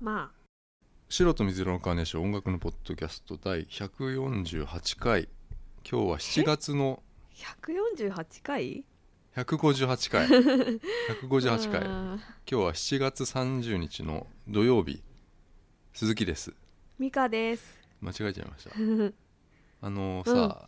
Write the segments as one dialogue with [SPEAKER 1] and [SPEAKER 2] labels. [SPEAKER 1] まあ
[SPEAKER 2] 白と水色のカーネーション音楽のポッドキャスト第148回今日は7月の
[SPEAKER 1] 148回
[SPEAKER 2] 158回158回今
[SPEAKER 1] あー
[SPEAKER 2] 日は7月30日の土曜日鈴木です
[SPEAKER 1] ミカです
[SPEAKER 2] 間違えちゃ いましたあのさ、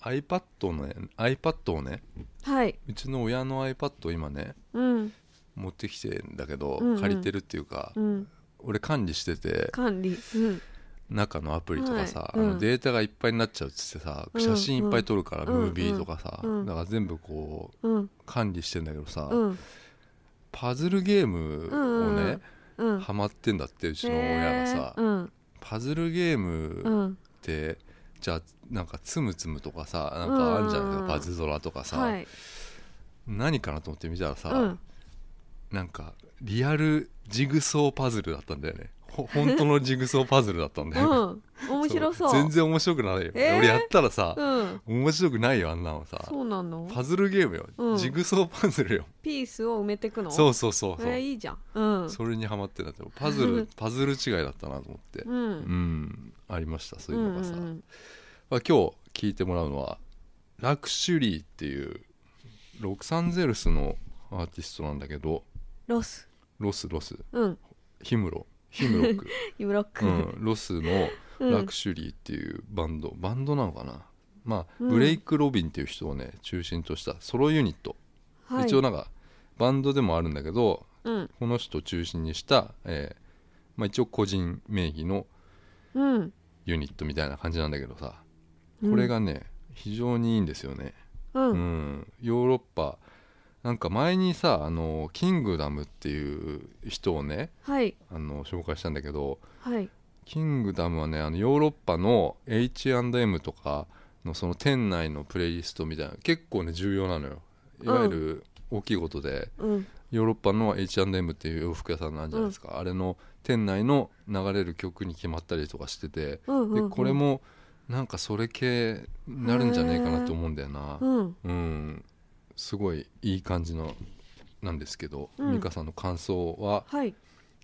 [SPEAKER 2] iPad のね iPad をね
[SPEAKER 1] はいう
[SPEAKER 2] ちの親の iPad を今ね
[SPEAKER 1] うん
[SPEAKER 2] 持ってきてんだけど、
[SPEAKER 1] うんうん
[SPEAKER 2] 借りてるっていうか、
[SPEAKER 1] うん
[SPEAKER 2] 俺管理してて
[SPEAKER 1] 管理うん
[SPEAKER 2] 中のアプリとかさ、
[SPEAKER 1] はいうん
[SPEAKER 2] あのデータがいっぱいになっちゃうっつってさ、
[SPEAKER 1] うん
[SPEAKER 2] 写真いっぱい撮るから、
[SPEAKER 1] うん
[SPEAKER 2] ムービーとかさ、
[SPEAKER 1] うん
[SPEAKER 2] だから全部こう
[SPEAKER 1] うん
[SPEAKER 2] 管理してんだけどさ、
[SPEAKER 1] うん
[SPEAKER 2] パズルゲームをね、
[SPEAKER 1] うん
[SPEAKER 2] ハマってんだってうちの親がさ、
[SPEAKER 1] へーうん
[SPEAKER 2] パズルゲー
[SPEAKER 1] う
[SPEAKER 2] ムっ
[SPEAKER 1] ん
[SPEAKER 2] て、じゃあなんかつむつむとかさなんかあんじゃ
[SPEAKER 1] うんうん
[SPEAKER 2] ん、
[SPEAKER 1] うん
[SPEAKER 2] パズドラとかさ、
[SPEAKER 1] はい
[SPEAKER 2] 何かなと思って見たらさ、
[SPEAKER 1] うん
[SPEAKER 2] なんかリアルジグソーパズルだったんだよねほ本当のジグソーパズルだったんだ
[SPEAKER 1] う
[SPEAKER 2] よ、ね
[SPEAKER 1] ん面白そう
[SPEAKER 2] 全然面白くないよ、
[SPEAKER 1] えー
[SPEAKER 2] 俺やったらさ、
[SPEAKER 1] うん
[SPEAKER 2] 面白くないよあんなのさ
[SPEAKER 1] そうなの
[SPEAKER 2] パズルゲームよ、
[SPEAKER 1] うん
[SPEAKER 2] ジグソーパズルよ
[SPEAKER 1] ピースを埋めてくの
[SPEAKER 2] そううそうそうそう、
[SPEAKER 1] えーいいじゃんうん
[SPEAKER 2] それにハマってたってパズルパズル違いだったなと思って
[SPEAKER 1] う
[SPEAKER 2] うん、
[SPEAKER 1] ん
[SPEAKER 2] ありましたそううい
[SPEAKER 1] ん
[SPEAKER 2] うのがさ、
[SPEAKER 1] うん
[SPEAKER 2] まあ、今日聞いてもらうのはラクシュリーっていうロサンゼルスのアーティストなんだけど
[SPEAKER 1] ロス
[SPEAKER 2] ロスロス
[SPEAKER 1] うん
[SPEAKER 2] ヒムロヒム ロック、
[SPEAKER 1] イブロッ
[SPEAKER 2] う
[SPEAKER 1] ク
[SPEAKER 2] ん、ロスの
[SPEAKER 1] うん
[SPEAKER 2] ラクシュリーっていうバンド、バンドなのかなまあ、
[SPEAKER 1] うん
[SPEAKER 2] ブレイク・ロビンっていう人をね中心としたソロユニット
[SPEAKER 1] はい
[SPEAKER 2] 一応なんかバンドでもあるんだけど
[SPEAKER 1] うん
[SPEAKER 2] この人を中心にした、えーまあ、一応個人名義の
[SPEAKER 1] うん
[SPEAKER 2] ユニットみたいな感じなんだけどさこれがね、非常にいいんですよね、
[SPEAKER 1] うん
[SPEAKER 2] う
[SPEAKER 1] うん
[SPEAKER 2] んヨーロッパなんか前にさあのキングダムっていう人をね
[SPEAKER 1] はい
[SPEAKER 2] あの紹介したんだけど
[SPEAKER 1] はい
[SPEAKER 2] キングダムはねあのヨーロッパの H&M とかのその店内のプレイリストみたいな結構ね重要なのよいわゆる大きいことで、
[SPEAKER 1] うん
[SPEAKER 2] ヨーロッパの H&M っていう洋服屋さんなんじゃないですか、あれの店内の流れる曲に決まったりとかしてて、
[SPEAKER 1] うんうんうん
[SPEAKER 2] でこれもなんかそれ系になるんじゃねえかなと思うんだよな、
[SPEAKER 1] うん
[SPEAKER 2] うんすごいいい感じのなんですけど、
[SPEAKER 1] うん
[SPEAKER 2] 美香さんの感想は
[SPEAKER 1] はい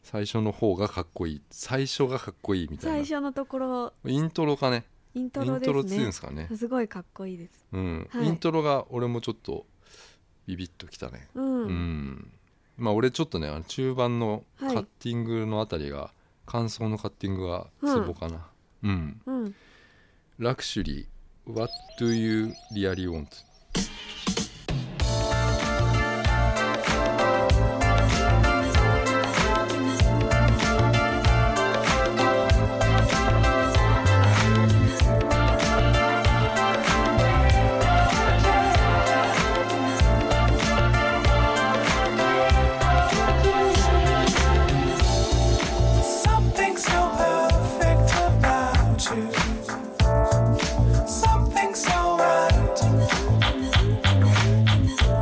[SPEAKER 2] 最初の方がかっこいい最初がかっこいいみた
[SPEAKER 1] 最
[SPEAKER 2] いな
[SPEAKER 1] 初のところ
[SPEAKER 2] イントロかね
[SPEAKER 1] イント
[SPEAKER 2] イ
[SPEAKER 1] ロ
[SPEAKER 2] ン
[SPEAKER 1] で
[SPEAKER 2] トロ
[SPEAKER 1] す
[SPEAKER 2] ついうんで
[SPEAKER 1] ね
[SPEAKER 2] すかね、
[SPEAKER 1] すごいかっこいいです
[SPEAKER 2] うん
[SPEAKER 1] はい
[SPEAKER 2] イントロが俺もちょっとビビッときたね
[SPEAKER 1] うん、
[SPEAKER 2] うんまあ俺ちょっとねあの中盤のカ
[SPEAKER 1] はい
[SPEAKER 2] ッティングのあたりが、感想のカッティングがツボかなうん、
[SPEAKER 1] うん、
[SPEAKER 2] ラクシュリー What do you really want?
[SPEAKER 3] Something so perfect about you. Something so right.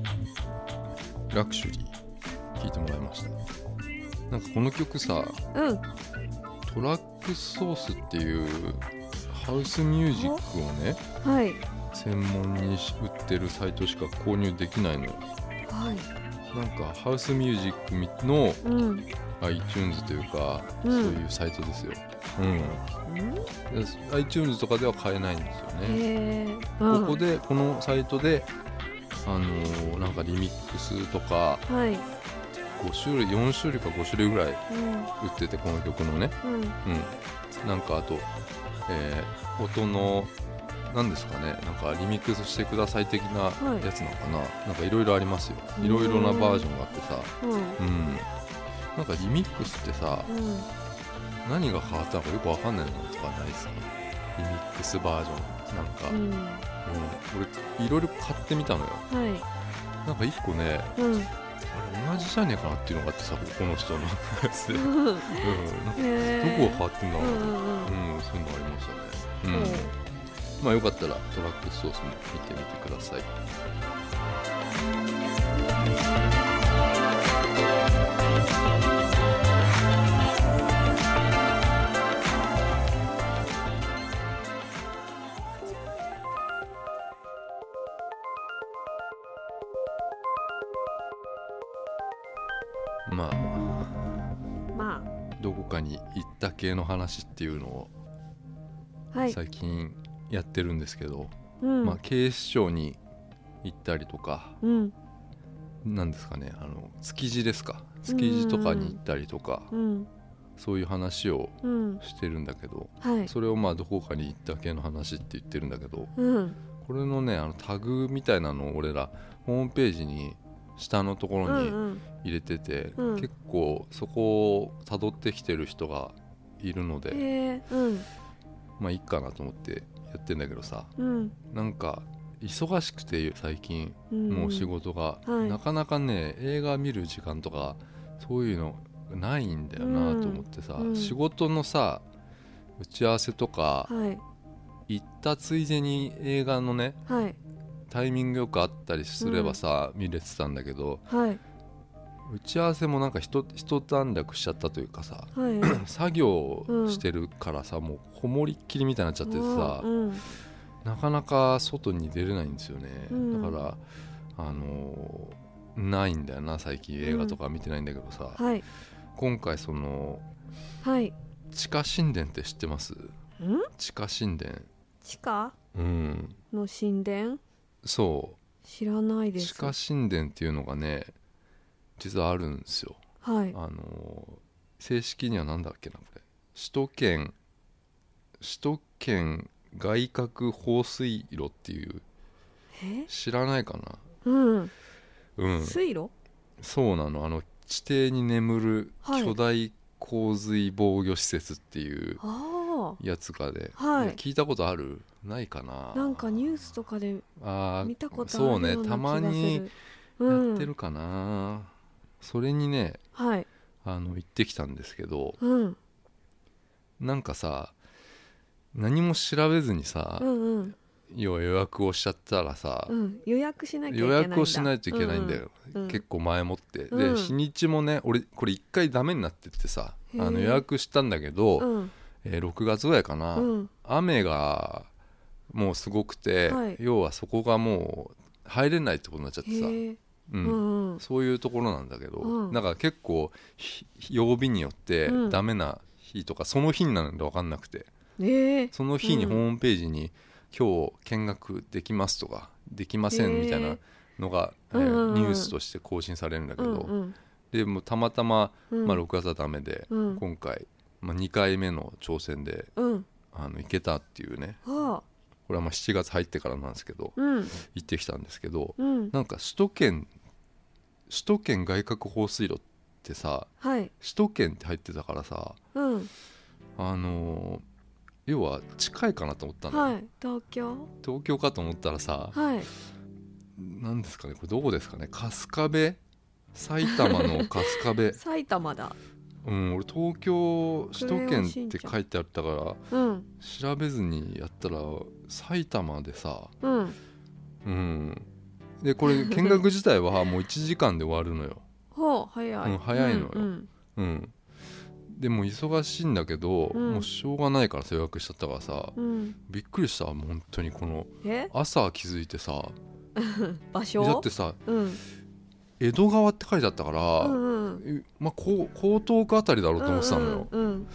[SPEAKER 2] 「ラクシュリー」聴いてもらいましたなんかこの曲さ
[SPEAKER 1] うん
[SPEAKER 2] トラックソースっていうハウスミュージックをね
[SPEAKER 1] はい
[SPEAKER 2] 専門に売ってるサイトしか購入できないのよ
[SPEAKER 1] はい
[SPEAKER 2] なんかハウスミュージックみの
[SPEAKER 1] うん
[SPEAKER 2] iTunes というか、
[SPEAKER 1] うん
[SPEAKER 2] そういうサイトですよ、うん、で iTunes とかでは買えないんですよね、
[SPEAKER 1] へえ
[SPEAKER 2] ここでこのサイトであのーなんかリミックスとか
[SPEAKER 1] はい
[SPEAKER 2] 5種類4種類か5種類ぐらい
[SPEAKER 1] うん
[SPEAKER 2] 売っててこの曲のね、
[SPEAKER 1] うん
[SPEAKER 2] うん、なんかあと、えー音の何ですかねなんかリミックスしてください的なやつなのかな、なんかいろいろありますよ
[SPEAKER 1] うん
[SPEAKER 2] いろいろなバージョンがあってさ
[SPEAKER 1] うん
[SPEAKER 2] うんなんかリミックスってさ
[SPEAKER 1] うん
[SPEAKER 2] 何が変わったのかよくわかんないのとかないですかリミックスバージョンなんか、
[SPEAKER 1] う
[SPEAKER 2] うん
[SPEAKER 1] ん
[SPEAKER 2] 俺いろいろ買ってみたのよ
[SPEAKER 1] は
[SPEAKER 2] なんか一個ね
[SPEAKER 1] いうん
[SPEAKER 2] あれ同じじゃねえかなっていうのがあってさここの人のやつ で、うん、なんか
[SPEAKER 1] へえ
[SPEAKER 2] どこが変わってんだ
[SPEAKER 1] う
[SPEAKER 2] ろ
[SPEAKER 1] んう
[SPEAKER 2] う、
[SPEAKER 1] んうん
[SPEAKER 2] うん、そういうのありましたね。
[SPEAKER 1] そう
[SPEAKER 2] うん。まあよかったらトラックソースも見てみてください。まあ
[SPEAKER 1] ま
[SPEAKER 2] どこかに行った系の話っていうのを
[SPEAKER 1] あはい
[SPEAKER 2] 最近やってるんですけど、
[SPEAKER 1] うん
[SPEAKER 2] まあ、警視庁に行ったりとか
[SPEAKER 1] うん
[SPEAKER 2] なんですかねあの築地ですか築地とかに行ったりとか
[SPEAKER 1] うん
[SPEAKER 2] そういう話を
[SPEAKER 1] うん
[SPEAKER 2] してるんだけど
[SPEAKER 1] はい
[SPEAKER 2] それをまあどこかに行った系の話って言ってるんだけど
[SPEAKER 1] うん
[SPEAKER 2] これのねあのタグみたいなのを俺らホームページに下のとこ
[SPEAKER 1] うん
[SPEAKER 2] ろに
[SPEAKER 1] うん
[SPEAKER 2] 入れてて、
[SPEAKER 1] うん
[SPEAKER 2] 結構そこをたどってきてる人がいるので、
[SPEAKER 1] へえうん
[SPEAKER 2] まあいいかなと思ってやってんだけどさ
[SPEAKER 1] うん
[SPEAKER 2] なんか忙しくて最近
[SPEAKER 1] うん
[SPEAKER 2] もう仕事が、
[SPEAKER 1] はい
[SPEAKER 2] なかなかね映画見る時間とかそういうのないんだよなと思ってさ、
[SPEAKER 1] うんうん
[SPEAKER 2] 仕事のさ打ち合わせとか
[SPEAKER 1] はい
[SPEAKER 2] 行ったついでに映画のね
[SPEAKER 1] はい
[SPEAKER 2] タイミングよくあったりすればさ、見れてたんだけど
[SPEAKER 1] はい
[SPEAKER 2] 打ち合わせもなんかひとひと段落しちゃったというかさ
[SPEAKER 1] はい
[SPEAKER 2] 作業してるからさ、もうこもりっきりみたいになっちゃっててさ、
[SPEAKER 1] うん
[SPEAKER 2] なかなか外に出れないんですよね、
[SPEAKER 1] うん
[SPEAKER 2] だからあのーないんだよな最近映画とか見てないんだけどさ、
[SPEAKER 1] はい
[SPEAKER 2] 今回その
[SPEAKER 1] はい
[SPEAKER 2] 地下神殿って知ってます
[SPEAKER 1] ん
[SPEAKER 2] 地下神殿
[SPEAKER 1] 地下
[SPEAKER 2] うん
[SPEAKER 1] の神殿
[SPEAKER 2] そ
[SPEAKER 1] 知らないうです
[SPEAKER 2] 地下神殿っていうのがね実はあるんですよ
[SPEAKER 1] はい
[SPEAKER 2] あのー正式には何だっけなこれ首都圏首都圏外郭放水路っていう
[SPEAKER 1] え
[SPEAKER 2] 知らないかな
[SPEAKER 1] うん
[SPEAKER 2] うん
[SPEAKER 1] 水路
[SPEAKER 2] そうなのあの地底に眠る
[SPEAKER 1] はい
[SPEAKER 2] 巨大洪水防御施設っていう
[SPEAKER 1] あ
[SPEAKER 2] やつがね、
[SPEAKER 1] はい
[SPEAKER 2] や聞いたことあるないかな
[SPEAKER 1] あなんかニュースとかで
[SPEAKER 2] あー
[SPEAKER 1] 見たことあるよ
[SPEAKER 2] そううね
[SPEAKER 1] な
[SPEAKER 2] た
[SPEAKER 1] 気が
[SPEAKER 2] ます
[SPEAKER 1] る
[SPEAKER 2] にや
[SPEAKER 1] うん
[SPEAKER 2] ってるかな、それにね
[SPEAKER 1] はい
[SPEAKER 2] あの行ってきたんですけど
[SPEAKER 1] うん
[SPEAKER 2] なんかさ何も調べずにさ、
[SPEAKER 1] うんうん
[SPEAKER 2] 要は予約をしちゃったらさ、
[SPEAKER 1] うん予約しなきゃいけ
[SPEAKER 2] 予
[SPEAKER 1] ないんだ
[SPEAKER 2] 約をしないといけないんだよ、
[SPEAKER 1] うんうん
[SPEAKER 2] 結構前もって、
[SPEAKER 1] うん
[SPEAKER 2] で日にちもね俺これ一回ダメになってってさ
[SPEAKER 1] へー
[SPEAKER 2] あの予約したんだけど、
[SPEAKER 1] うん
[SPEAKER 2] えー6月ぐらいかな、
[SPEAKER 1] うん
[SPEAKER 2] 雨がもうすごくて、
[SPEAKER 1] はい
[SPEAKER 2] 要はそこがもう入れないってことになっちゃってさ、
[SPEAKER 1] へえ
[SPEAKER 2] う
[SPEAKER 1] うんんうん
[SPEAKER 2] そういうところなんだけど、
[SPEAKER 1] うん
[SPEAKER 2] だから結構ひ曜日によって
[SPEAKER 1] うん
[SPEAKER 2] ダメな日とか、その日になるんで分かんなくて
[SPEAKER 1] ええ
[SPEAKER 2] その日に
[SPEAKER 1] うん
[SPEAKER 2] ホームページに「今日見学できます」とか「できません」みたいなのが、えー
[SPEAKER 1] うんうんうん
[SPEAKER 2] ニュースとして更新されるんだけ
[SPEAKER 1] う
[SPEAKER 2] ど、
[SPEAKER 1] んうん
[SPEAKER 2] でもうたまたま、
[SPEAKER 1] うん
[SPEAKER 2] まあ、6月はダメで、
[SPEAKER 1] うん
[SPEAKER 2] 今回、まあ、2回目の挑戦で
[SPEAKER 1] うん
[SPEAKER 2] あの行けたっていうね
[SPEAKER 1] はあ
[SPEAKER 2] これはまあ7月入ってからなんですけど
[SPEAKER 1] うん
[SPEAKER 2] 行ってきたんですけど
[SPEAKER 1] うん
[SPEAKER 2] なんか首都圏首都圏外郭放水路ってさ
[SPEAKER 1] はい
[SPEAKER 2] 首都圏って入ってたからさ
[SPEAKER 1] うん
[SPEAKER 2] あのー要は近いかなと思ったのよ、
[SPEAKER 1] はい東京
[SPEAKER 2] 東京かと思ったらさ
[SPEAKER 1] はい
[SPEAKER 2] 何ですかねこれどこですかね春日部埼玉の春 日部
[SPEAKER 1] 埼玉だ
[SPEAKER 2] うん俺東京首都
[SPEAKER 1] クレヨン
[SPEAKER 2] 圏
[SPEAKER 1] しん
[SPEAKER 2] って
[SPEAKER 1] ちゃん
[SPEAKER 2] 書いてあったから
[SPEAKER 1] うん
[SPEAKER 2] 調べずにやったら埼玉でさ
[SPEAKER 1] うん
[SPEAKER 2] うんでこれ見学自体はも う1時間で終わるのよ、
[SPEAKER 1] ほう早い、
[SPEAKER 2] うん早いのよ
[SPEAKER 1] うん
[SPEAKER 2] うん、でも忙しいんだけど、
[SPEAKER 1] うん
[SPEAKER 2] もうしょうがないからさ予約しちゃったからさ
[SPEAKER 1] うんうん
[SPEAKER 2] びっくりしたもう本当にこの
[SPEAKER 1] え
[SPEAKER 2] 朝気づいてさ
[SPEAKER 1] 場所
[SPEAKER 2] だってさ
[SPEAKER 1] うん
[SPEAKER 2] 江戸川って書いてあったから、
[SPEAKER 1] うんうん
[SPEAKER 2] えまあ、こう江東区あたりだろうと思ってたのよ、
[SPEAKER 1] うんうん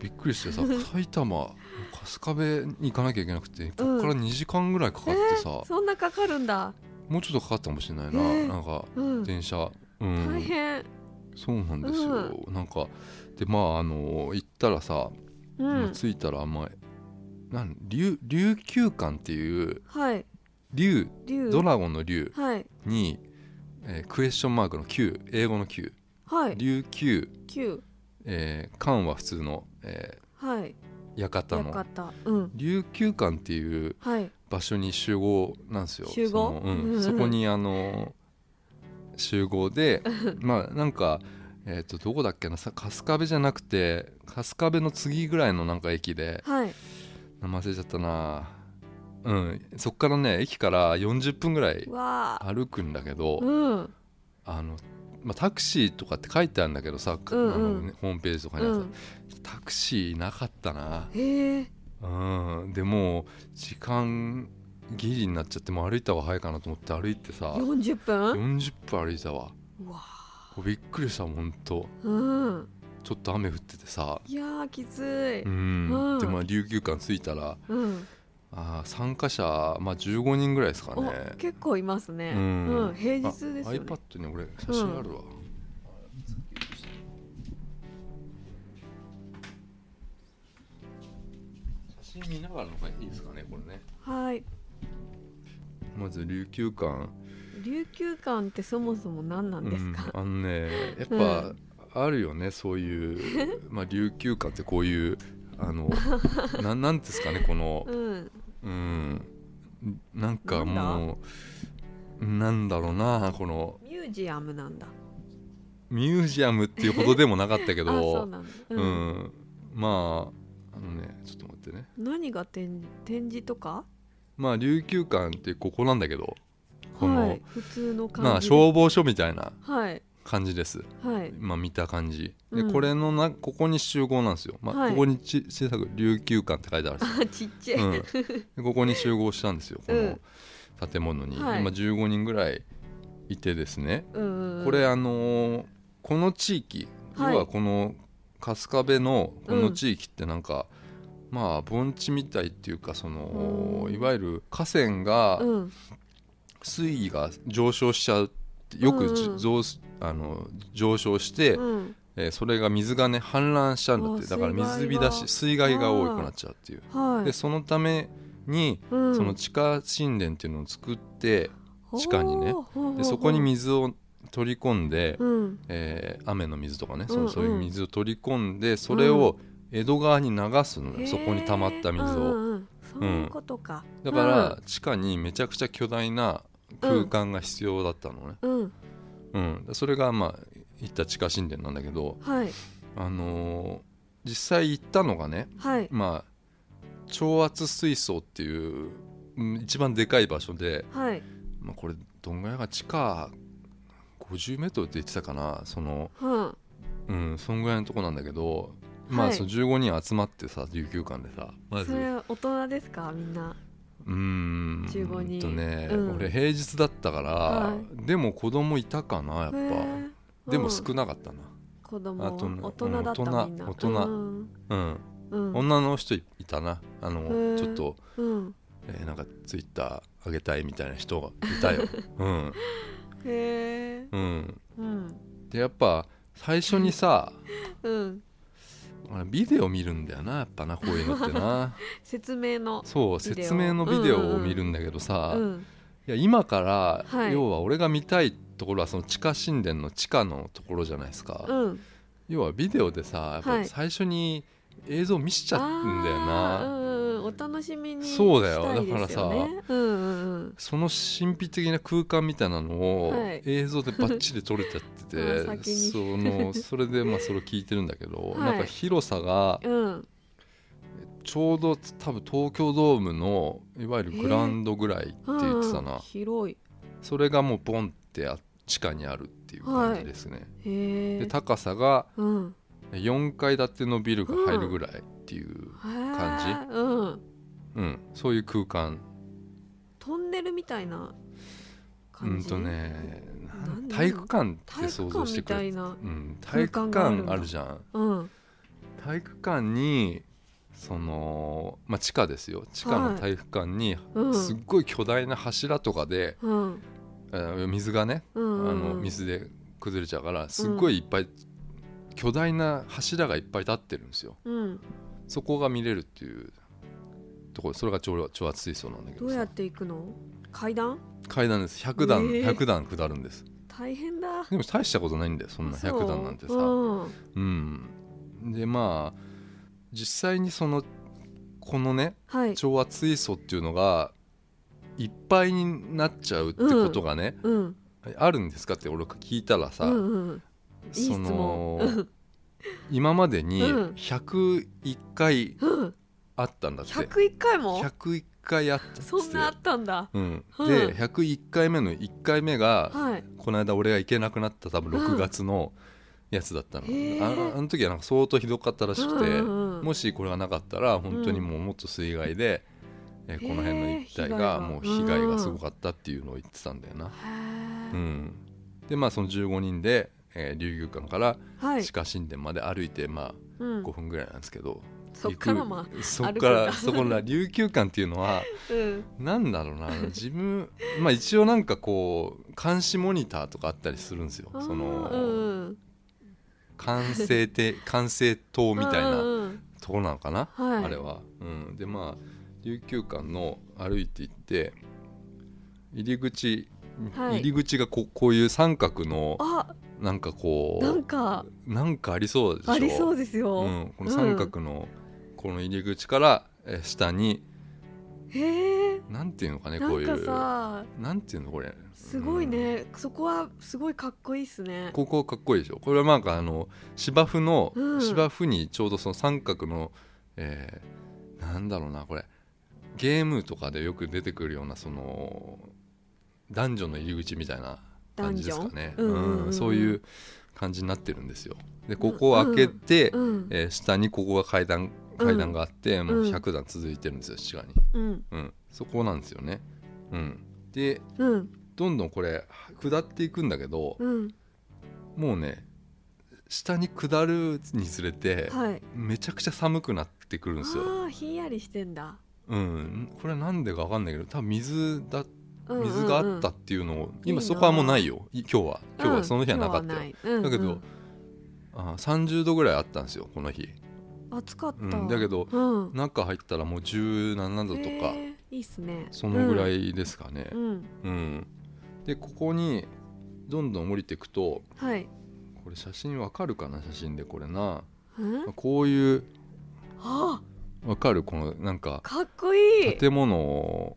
[SPEAKER 2] びっくり してさ埼玉春日部に行かなきゃいけなくてここから2時間ぐらいかかってさ、
[SPEAKER 1] そんなかかるんだ
[SPEAKER 2] もうちょっとかかったかもしれないな、
[SPEAKER 1] えー
[SPEAKER 2] なんか
[SPEAKER 1] うん
[SPEAKER 2] 電車、うん
[SPEAKER 1] 大変
[SPEAKER 2] そうなんですよ、なんかでまああの行ったらさ、
[SPEAKER 1] うん
[SPEAKER 2] 着いたらまあなん琉琉球館っていう
[SPEAKER 1] はい
[SPEAKER 2] 竜
[SPEAKER 1] 竜
[SPEAKER 2] ドラゴンの竜
[SPEAKER 1] はい
[SPEAKER 2] に、えークエスチョンマークの Q 英語の Q
[SPEAKER 1] はい
[SPEAKER 2] 琉球、
[SPEAKER 1] 九
[SPEAKER 2] えー館は普通の、え
[SPEAKER 1] はい
[SPEAKER 2] ー館
[SPEAKER 1] よ
[SPEAKER 2] の
[SPEAKER 1] かったうん
[SPEAKER 2] 琉球館っていう
[SPEAKER 1] はい
[SPEAKER 2] 場所に集合なんですよ
[SPEAKER 1] 集合
[SPEAKER 2] そのうん
[SPEAKER 1] うんうん
[SPEAKER 2] そこにあの集 合でまあなんかえっ、とどこだっけなさ春日部じゃなくて春日部の次ぐらいのなんか駅で
[SPEAKER 1] はい
[SPEAKER 2] 名前忘れちゃったなうんそっからね駅から40分ぐらい
[SPEAKER 1] わあ
[SPEAKER 2] 歩くんだけど、
[SPEAKER 1] うん
[SPEAKER 2] あのまあ、タクシーとかって書いてあるんだけどさ、
[SPEAKER 1] うんうん
[SPEAKER 2] あのねホームページとかに
[SPEAKER 1] う
[SPEAKER 2] はさ、
[SPEAKER 1] ん
[SPEAKER 2] タクシーなかったな
[SPEAKER 1] へえ
[SPEAKER 2] うんでもう時間ギリになっちゃってもう歩いた方が早いかなと思って歩いてさ
[SPEAKER 1] 四十分
[SPEAKER 2] 40分歩いたわ
[SPEAKER 1] うわ
[SPEAKER 2] びっくりしたほんと
[SPEAKER 1] うん
[SPEAKER 2] ちょっと雨降っててさ
[SPEAKER 1] いやーきつい
[SPEAKER 2] うん、
[SPEAKER 1] うん
[SPEAKER 2] でまあ琉球館着いたら
[SPEAKER 1] うん
[SPEAKER 2] あー参加者、まあ、15人ぐらいですか
[SPEAKER 1] お
[SPEAKER 2] ね
[SPEAKER 1] 結構いますね
[SPEAKER 2] う
[SPEAKER 1] うんん平日ですよね
[SPEAKER 2] iPad に俺写真あるわ、写真見ながらの方がいいですかねこれね
[SPEAKER 1] はい
[SPEAKER 2] まず琉球館
[SPEAKER 1] 琉球館ってそもそも何なんですか
[SPEAKER 2] うん、あのねやっぱ、あるよねそう いうまあ琉球館ってこういうあのななんですかねこの
[SPEAKER 1] うん
[SPEAKER 2] うんなんかもうなんだろうなこの
[SPEAKER 1] ミュージアムなんだ
[SPEAKER 2] ミュージアムっていうほどでもなかった け
[SPEAKER 1] あそう
[SPEAKER 2] ど
[SPEAKER 1] なんだ
[SPEAKER 2] う
[SPEAKER 1] うん
[SPEAKER 2] んまああのねちょっと待ってね
[SPEAKER 1] 何が展展示とか
[SPEAKER 2] まあ琉球館ってここなんだけどこの
[SPEAKER 1] はい普通の感じ
[SPEAKER 2] まあ
[SPEAKER 1] で
[SPEAKER 2] 消防署みたいな
[SPEAKER 1] はい
[SPEAKER 2] 感じです
[SPEAKER 1] はい
[SPEAKER 2] まあ見た感じで、
[SPEAKER 1] うん
[SPEAKER 2] これのなここに集合なんですよ、まあ
[SPEAKER 1] はい
[SPEAKER 2] ここにち小さく「琉球館」って書いてあるんです
[SPEAKER 1] あちっちゃい、
[SPEAKER 2] よ、うん、でここに集合したんですよ こ
[SPEAKER 1] うん
[SPEAKER 2] の建物に、
[SPEAKER 1] はい
[SPEAKER 2] 今15人ぐらいいてですね、
[SPEAKER 1] うんうん
[SPEAKER 2] これあのーこの地域、
[SPEAKER 1] はい
[SPEAKER 2] 要はこの春日部のこの地域ってなんか、まあ盆地みたいっていうかその
[SPEAKER 1] うん
[SPEAKER 2] いわゆる河川が、
[SPEAKER 1] うん
[SPEAKER 2] 水位が上昇しちゃうってよくじ
[SPEAKER 1] うんうん
[SPEAKER 2] 増すあの上昇して、
[SPEAKER 1] うん
[SPEAKER 2] えーそれが水がね氾濫しちゃうんだって
[SPEAKER 1] あー
[SPEAKER 2] だから水
[SPEAKER 1] 水害
[SPEAKER 2] 浸
[SPEAKER 1] が
[SPEAKER 2] し水害が多くなっちゃうっていう
[SPEAKER 1] はい
[SPEAKER 2] でそのために、
[SPEAKER 1] うん
[SPEAKER 2] その地下神殿っていうのを作って地下にね
[SPEAKER 1] ほうほうほう
[SPEAKER 2] でそこに水を取り込んで、
[SPEAKER 1] うん
[SPEAKER 2] えー雨の水とかね、
[SPEAKER 1] うんう
[SPEAKER 2] そ
[SPEAKER 1] ん
[SPEAKER 2] そういう水を取り込んでそれを江戸川に流すのよ、
[SPEAKER 1] へー
[SPEAKER 2] そこに溜まった水
[SPEAKER 1] うん
[SPEAKER 2] を
[SPEAKER 1] うんうんそういうことか、
[SPEAKER 2] だから地下にめちゃくちゃ巨大な空間が必要だったのね、
[SPEAKER 1] うん、うん、
[SPEAKER 2] うんそれがまあ行った地下神殿なんだけど
[SPEAKER 1] はい
[SPEAKER 2] あのー実際行ったのがね
[SPEAKER 1] はい
[SPEAKER 2] まあ超圧水槽っていううん一番でかい場所で、
[SPEAKER 1] はい
[SPEAKER 2] まあ、これどんぐらいが地下50メートルって言ってたかなその
[SPEAKER 1] うん
[SPEAKER 2] うんそんぐらいのとこなんだけど、まあ
[SPEAKER 1] はい
[SPEAKER 2] その15人集まってさ琉球館でさまず
[SPEAKER 1] それは大人ですかみんな
[SPEAKER 2] うーん
[SPEAKER 1] 15人
[SPEAKER 2] ほんとね、
[SPEAKER 1] うん
[SPEAKER 2] 俺平日だったから、
[SPEAKER 1] は
[SPEAKER 2] でも子供いたかなやっぱ、
[SPEAKER 1] へー
[SPEAKER 2] でも
[SPEAKER 1] う
[SPEAKER 2] 少
[SPEAKER 1] ん、
[SPEAKER 2] なかったな
[SPEAKER 1] 子
[SPEAKER 2] あ
[SPEAKER 1] 供
[SPEAKER 2] とね
[SPEAKER 1] 大人だった
[SPEAKER 2] うん大人
[SPEAKER 1] みんな
[SPEAKER 2] 大
[SPEAKER 1] う
[SPEAKER 2] 人
[SPEAKER 1] ん
[SPEAKER 2] うん、
[SPEAKER 1] うん
[SPEAKER 2] 女の人いたなあの、
[SPEAKER 1] ー
[SPEAKER 2] ちょっと
[SPEAKER 1] うん
[SPEAKER 2] えーなんかツイッター上げたいみたいな人がいた よ。うん
[SPEAKER 1] へえ
[SPEAKER 2] うん、
[SPEAKER 1] うん
[SPEAKER 2] でやっぱ最初にさ
[SPEAKER 1] うん
[SPEAKER 2] あのビデオ見るんだよなやっぱなこういうのっ てな
[SPEAKER 1] 説明の
[SPEAKER 2] そう
[SPEAKER 1] ビデオ
[SPEAKER 2] 説明のビデオを見るんだけどさ、
[SPEAKER 1] うん
[SPEAKER 2] いや今から、
[SPEAKER 1] はい
[SPEAKER 2] 要は俺が見たいところはその地下神殿の地下のところじゃないですか、
[SPEAKER 1] うん
[SPEAKER 2] 要はビデオでさや
[SPEAKER 1] は
[SPEAKER 2] っぱ
[SPEAKER 1] い
[SPEAKER 2] 最初に映像見しちゃうんだよな、
[SPEAKER 1] あーうんうんお楽しみに
[SPEAKER 2] そうだよ
[SPEAKER 1] したいです
[SPEAKER 2] だからさ
[SPEAKER 1] ねうんうん
[SPEAKER 2] その神秘的な空間みたいなのを
[SPEAKER 1] はい
[SPEAKER 2] 映像でバッチリ撮れちゃってて、
[SPEAKER 1] あ先に
[SPEAKER 2] そのそれでまあそれを聞いてるんだけ ど、
[SPEAKER 1] はい
[SPEAKER 2] なんか広さが
[SPEAKER 1] うんうん
[SPEAKER 2] ちょうど多分東京ドームのいわゆるグラウンドぐらいって言って
[SPEAKER 1] うん
[SPEAKER 2] た
[SPEAKER 1] うん
[SPEAKER 2] な、
[SPEAKER 1] 広い
[SPEAKER 2] それがもうボンってあ地下にあるっていう感じですね、
[SPEAKER 1] へえ
[SPEAKER 2] で高さが
[SPEAKER 1] うん
[SPEAKER 2] 4階建てのビルが入るぐらいっていう、
[SPEAKER 1] 感じうん
[SPEAKER 2] うんそういう空間
[SPEAKER 1] トンネルみたいな
[SPEAKER 2] う
[SPEAKER 1] 感
[SPEAKER 2] ん
[SPEAKER 1] じ
[SPEAKER 2] とね
[SPEAKER 1] なん
[SPEAKER 2] 体育館っ
[SPEAKER 1] 体
[SPEAKER 2] て
[SPEAKER 1] 育
[SPEAKER 2] 想像
[SPEAKER 1] 館
[SPEAKER 2] して
[SPEAKER 1] み
[SPEAKER 2] く
[SPEAKER 1] た
[SPEAKER 2] れ
[SPEAKER 1] いな
[SPEAKER 2] うん、体
[SPEAKER 1] 空
[SPEAKER 2] 育
[SPEAKER 1] 間があるんだ
[SPEAKER 2] 館あるじゃん
[SPEAKER 1] うん
[SPEAKER 2] 体育館にその、まあ、地下ですよ地下の体育館に
[SPEAKER 1] うん
[SPEAKER 2] すっごい巨大な柱とかで、
[SPEAKER 1] うん
[SPEAKER 2] えー水がね、
[SPEAKER 1] うんうん
[SPEAKER 2] あの水で崩れちゃうからすっごいいっぱい、巨大な柱がいっぱい立ってるんですよ
[SPEAKER 1] うん
[SPEAKER 2] そこが見れるっていうところそれが超超圧水槽なんだけ
[SPEAKER 1] ど
[SPEAKER 2] ど
[SPEAKER 1] うや
[SPEAKER 2] さ
[SPEAKER 1] って行くの階段
[SPEAKER 2] 階段です100段、
[SPEAKER 1] えー
[SPEAKER 2] 100段下るんです
[SPEAKER 1] 大変だ
[SPEAKER 2] でも大したことないんだよそんな100段なんてさうん、でまあ実際にそのこのね
[SPEAKER 1] はい
[SPEAKER 2] 調和水素っていうのがいっぱいになっちゃうってことがね、
[SPEAKER 1] うん
[SPEAKER 2] あるんですかって俺が聞いたらさ、
[SPEAKER 1] うんうんいい質
[SPEAKER 2] そ
[SPEAKER 1] 問
[SPEAKER 2] の今までに
[SPEAKER 1] うん
[SPEAKER 2] 101回
[SPEAKER 1] うん
[SPEAKER 2] あったんだって、
[SPEAKER 1] 101回も
[SPEAKER 2] 101回あったっつって
[SPEAKER 1] そんなあったんだ
[SPEAKER 2] うん、
[SPEAKER 1] うん
[SPEAKER 2] で101回目の1回目が、
[SPEAKER 1] はい
[SPEAKER 2] この間俺が行けなくなった多分6月のやつだったの、
[SPEAKER 1] へえ
[SPEAKER 2] あのあの時はなんか相当ひどかったらしくて、
[SPEAKER 1] うんうんうん
[SPEAKER 2] もしこれがなかったら本当にもうもっと水害で、えーこの辺の一帯が
[SPEAKER 1] へえ
[SPEAKER 2] もう被害がすごかったっていうのを言ってたんだよな。
[SPEAKER 1] へー
[SPEAKER 2] うん、でまあその15人で、えー竜宮館から
[SPEAKER 1] はい
[SPEAKER 2] 地下神殿まで歩いてま
[SPEAKER 1] う
[SPEAKER 2] あ
[SPEAKER 1] ん
[SPEAKER 2] 5分ぐらいなんですけど、
[SPEAKER 1] そっからまあ
[SPEAKER 2] 行くそっか
[SPEAKER 1] 歩く
[SPEAKER 2] ら
[SPEAKER 1] んだ
[SPEAKER 2] そこの琉球館っていう のは
[SPEAKER 1] うん
[SPEAKER 2] なんだろうな自分まあ一応なんかこう監視モニターとかあったりするんですよ
[SPEAKER 1] あー
[SPEAKER 2] そうの
[SPEAKER 1] んうん
[SPEAKER 2] 管 制て管制塔みたい
[SPEAKER 1] うん
[SPEAKER 2] な
[SPEAKER 1] うんうん
[SPEAKER 2] とこなのかな、
[SPEAKER 1] はい
[SPEAKER 2] あれは、うん、でまあ琉球館の歩いて行って入り口、
[SPEAKER 1] はい
[SPEAKER 2] 入り口がここういう三角の
[SPEAKER 1] あ
[SPEAKER 2] なんかこう
[SPEAKER 1] なんか
[SPEAKER 2] なんかありそうでしょ
[SPEAKER 1] ありそうですよ、
[SPEAKER 2] うん、この三角のこの入り口から、え下に
[SPEAKER 1] へえ
[SPEAKER 2] なんていうのかね
[SPEAKER 1] な
[SPEAKER 2] こうんい
[SPEAKER 1] か
[SPEAKER 2] う
[SPEAKER 1] さ
[SPEAKER 2] なんていうのこれ
[SPEAKER 1] すごい、ね、そこはすごいかっこいいっす
[SPEAKER 2] う
[SPEAKER 1] ね
[SPEAKER 2] んここかっこいいでしょこれはなんかあの芝生の、
[SPEAKER 1] うん
[SPEAKER 2] 芝生にちょうどその三角の、えーなんだろうなこれゲームとかでよく出てくるようなそのダンジョンの入り口みたいな感じですかね、
[SPEAKER 1] ダンジョンうんうんうんうん
[SPEAKER 2] そういう感じになってるんですよでここを開けて、
[SPEAKER 1] うん
[SPEAKER 2] えー下にここが階段階段があって、もう100段続いてるんですよ地下に、
[SPEAKER 1] うん
[SPEAKER 2] うん、そこなんですよね、うん、で
[SPEAKER 1] うん
[SPEAKER 2] どんどんこれ下っていくんだけど、
[SPEAKER 1] うん
[SPEAKER 2] もうね下に下るにつれて、
[SPEAKER 1] はい
[SPEAKER 2] めちゃくちゃ寒くなってくるんですよ、
[SPEAKER 1] あーひんやりしてんだ、
[SPEAKER 2] うん、これなんでか分かんないけど多分水だ
[SPEAKER 1] うんうんうん
[SPEAKER 2] 水があったっていうのを、
[SPEAKER 1] いいな
[SPEAKER 2] 今そこはもうないよい今日は今日はその日はなかったよ、
[SPEAKER 1] うん今日はないうん
[SPEAKER 2] だけど、
[SPEAKER 1] うん
[SPEAKER 2] あー30度ぐらいあったんですよこの日、
[SPEAKER 1] 暑かった、
[SPEAKER 2] うんだけど
[SPEAKER 1] うん
[SPEAKER 2] 中入ったらもう17度とか、
[SPEAKER 1] へーいいっすね
[SPEAKER 2] そのぐら
[SPEAKER 1] い、
[SPEAKER 2] いですかね、
[SPEAKER 1] うんうん
[SPEAKER 2] うん、でここにどんどん降りていくと
[SPEAKER 1] はい
[SPEAKER 2] これ写真わかるかな写真でこれな
[SPEAKER 1] うん
[SPEAKER 2] こういう
[SPEAKER 1] あ
[SPEAKER 2] わかるこのなんか
[SPEAKER 1] かっこいい
[SPEAKER 2] 建物を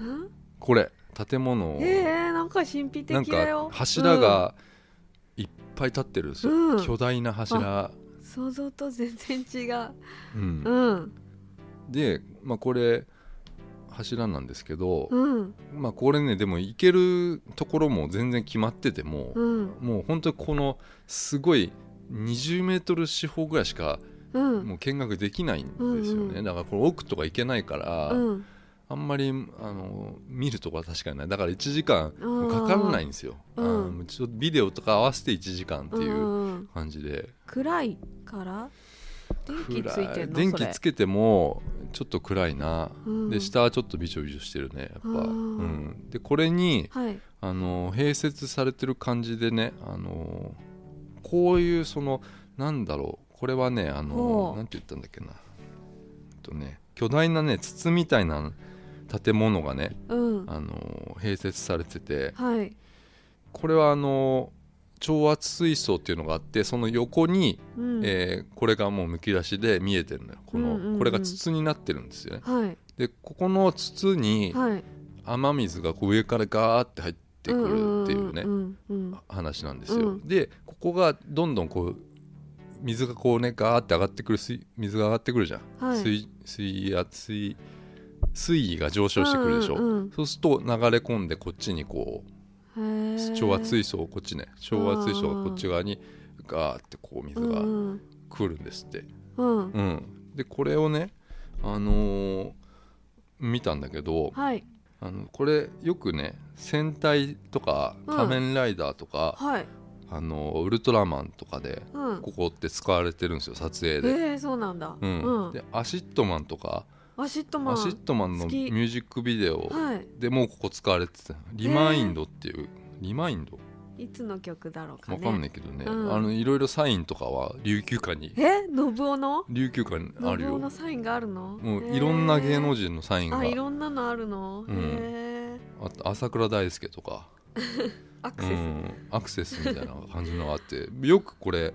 [SPEAKER 1] うん
[SPEAKER 2] これ建物を
[SPEAKER 1] えー、なんか神秘
[SPEAKER 2] なん
[SPEAKER 1] 的だよ
[SPEAKER 2] か柱、がいっぱい立ってるんですよ、
[SPEAKER 1] うん
[SPEAKER 2] 巨大な柱、
[SPEAKER 1] うん想像と全然違う
[SPEAKER 2] うん
[SPEAKER 1] うん
[SPEAKER 2] で、まあ、これ柱なんですけど、
[SPEAKER 1] うん
[SPEAKER 2] まあ、これねでも行けるところも全然決まってても、
[SPEAKER 1] うん
[SPEAKER 2] もう本当にこのすごい20メートル四方ぐらいしか
[SPEAKER 1] うん
[SPEAKER 2] もう見学できないんですよね、
[SPEAKER 1] うんうん
[SPEAKER 2] だからこれ奥とか行けないから、
[SPEAKER 1] うん
[SPEAKER 2] あんまりあの見るとこは確かにないだから1時間かからないんですよ、
[SPEAKER 1] うん
[SPEAKER 2] あのちょっとビデオとか合わせて1時間っていうん感じで、
[SPEAKER 1] 暗いから電気ついてんの
[SPEAKER 2] 暗電
[SPEAKER 1] それ
[SPEAKER 2] 気つけてもちょっと暗いな、
[SPEAKER 1] うん
[SPEAKER 2] で下はちょっとびちょびちょしてるねやっぱ、
[SPEAKER 1] あ
[SPEAKER 2] う
[SPEAKER 1] ー
[SPEAKER 2] ん、でこれに
[SPEAKER 1] はい
[SPEAKER 2] あの併設されてる感じでねあのこういうそのなんだろうこれはねあ
[SPEAKER 1] ほ
[SPEAKER 2] の
[SPEAKER 1] う
[SPEAKER 2] なんて言ったんだっけな、えっとね、巨大なね筒みたいな建物がね
[SPEAKER 1] うん
[SPEAKER 2] あの併設されてて
[SPEAKER 1] はい
[SPEAKER 2] これはあの超圧水槽っていうのがあってその横に、
[SPEAKER 1] うん
[SPEAKER 2] えーこれがもうむき出しで見えてるのよこ
[SPEAKER 1] う
[SPEAKER 2] の、
[SPEAKER 1] んうんうん
[SPEAKER 2] これが筒になってるんですよね
[SPEAKER 1] はい
[SPEAKER 2] でここの筒に
[SPEAKER 1] はい
[SPEAKER 2] 雨水がこう上からガーって入ってくるっていうね
[SPEAKER 1] うんうんうん
[SPEAKER 2] 話なんですよ、
[SPEAKER 1] うん
[SPEAKER 2] でここがどんどんこう水がこうねガーって上がってくる水水が上がってくるじゃん、
[SPEAKER 1] はい
[SPEAKER 2] 水水圧水水位が上昇してくるでしょ、
[SPEAKER 1] うんうんうん
[SPEAKER 2] そうすると流れ込んでこっちにこう調和水槽をこっちね調和水槽がこっち側にガーってこう水が
[SPEAKER 1] うん
[SPEAKER 2] 来るんですって、
[SPEAKER 1] うんうん
[SPEAKER 2] うんでこれをねあのー見たんだけど
[SPEAKER 1] はい
[SPEAKER 2] あのこれよくね戦隊とか
[SPEAKER 1] うん
[SPEAKER 2] 仮面ライダーとか、
[SPEAKER 1] はい
[SPEAKER 2] あのーウルトラマンとかで
[SPEAKER 1] うん
[SPEAKER 2] ここって使われてるんですよ撮影で。
[SPEAKER 1] えー、そうなんだ
[SPEAKER 2] うんでアシットマンとか、
[SPEAKER 1] アシットマン
[SPEAKER 2] アシットマンの
[SPEAKER 1] 好
[SPEAKER 2] ミ
[SPEAKER 1] き
[SPEAKER 2] ュージックビデオ
[SPEAKER 1] は
[SPEAKER 2] でもうここ使われてたリマインドっていう、リマインド
[SPEAKER 1] いいつの曲だろうか
[SPEAKER 2] わ
[SPEAKER 1] ね
[SPEAKER 2] かんないけどね、
[SPEAKER 1] うん
[SPEAKER 2] あのいろいろサインとかは琉球館に
[SPEAKER 1] え信夫の
[SPEAKER 2] 琉球館にある
[SPEAKER 1] 信夫
[SPEAKER 2] よ
[SPEAKER 1] のサインがあるの
[SPEAKER 2] もういろんな芸能
[SPEAKER 1] 人
[SPEAKER 2] 人のサインが
[SPEAKER 1] あいろんなのあるの、
[SPEAKER 2] うん
[SPEAKER 1] へえ
[SPEAKER 2] あと朝倉大輔とか
[SPEAKER 1] アク
[SPEAKER 2] う
[SPEAKER 1] セス、
[SPEAKER 2] んアクセスみたいな感じのがあって よくこれ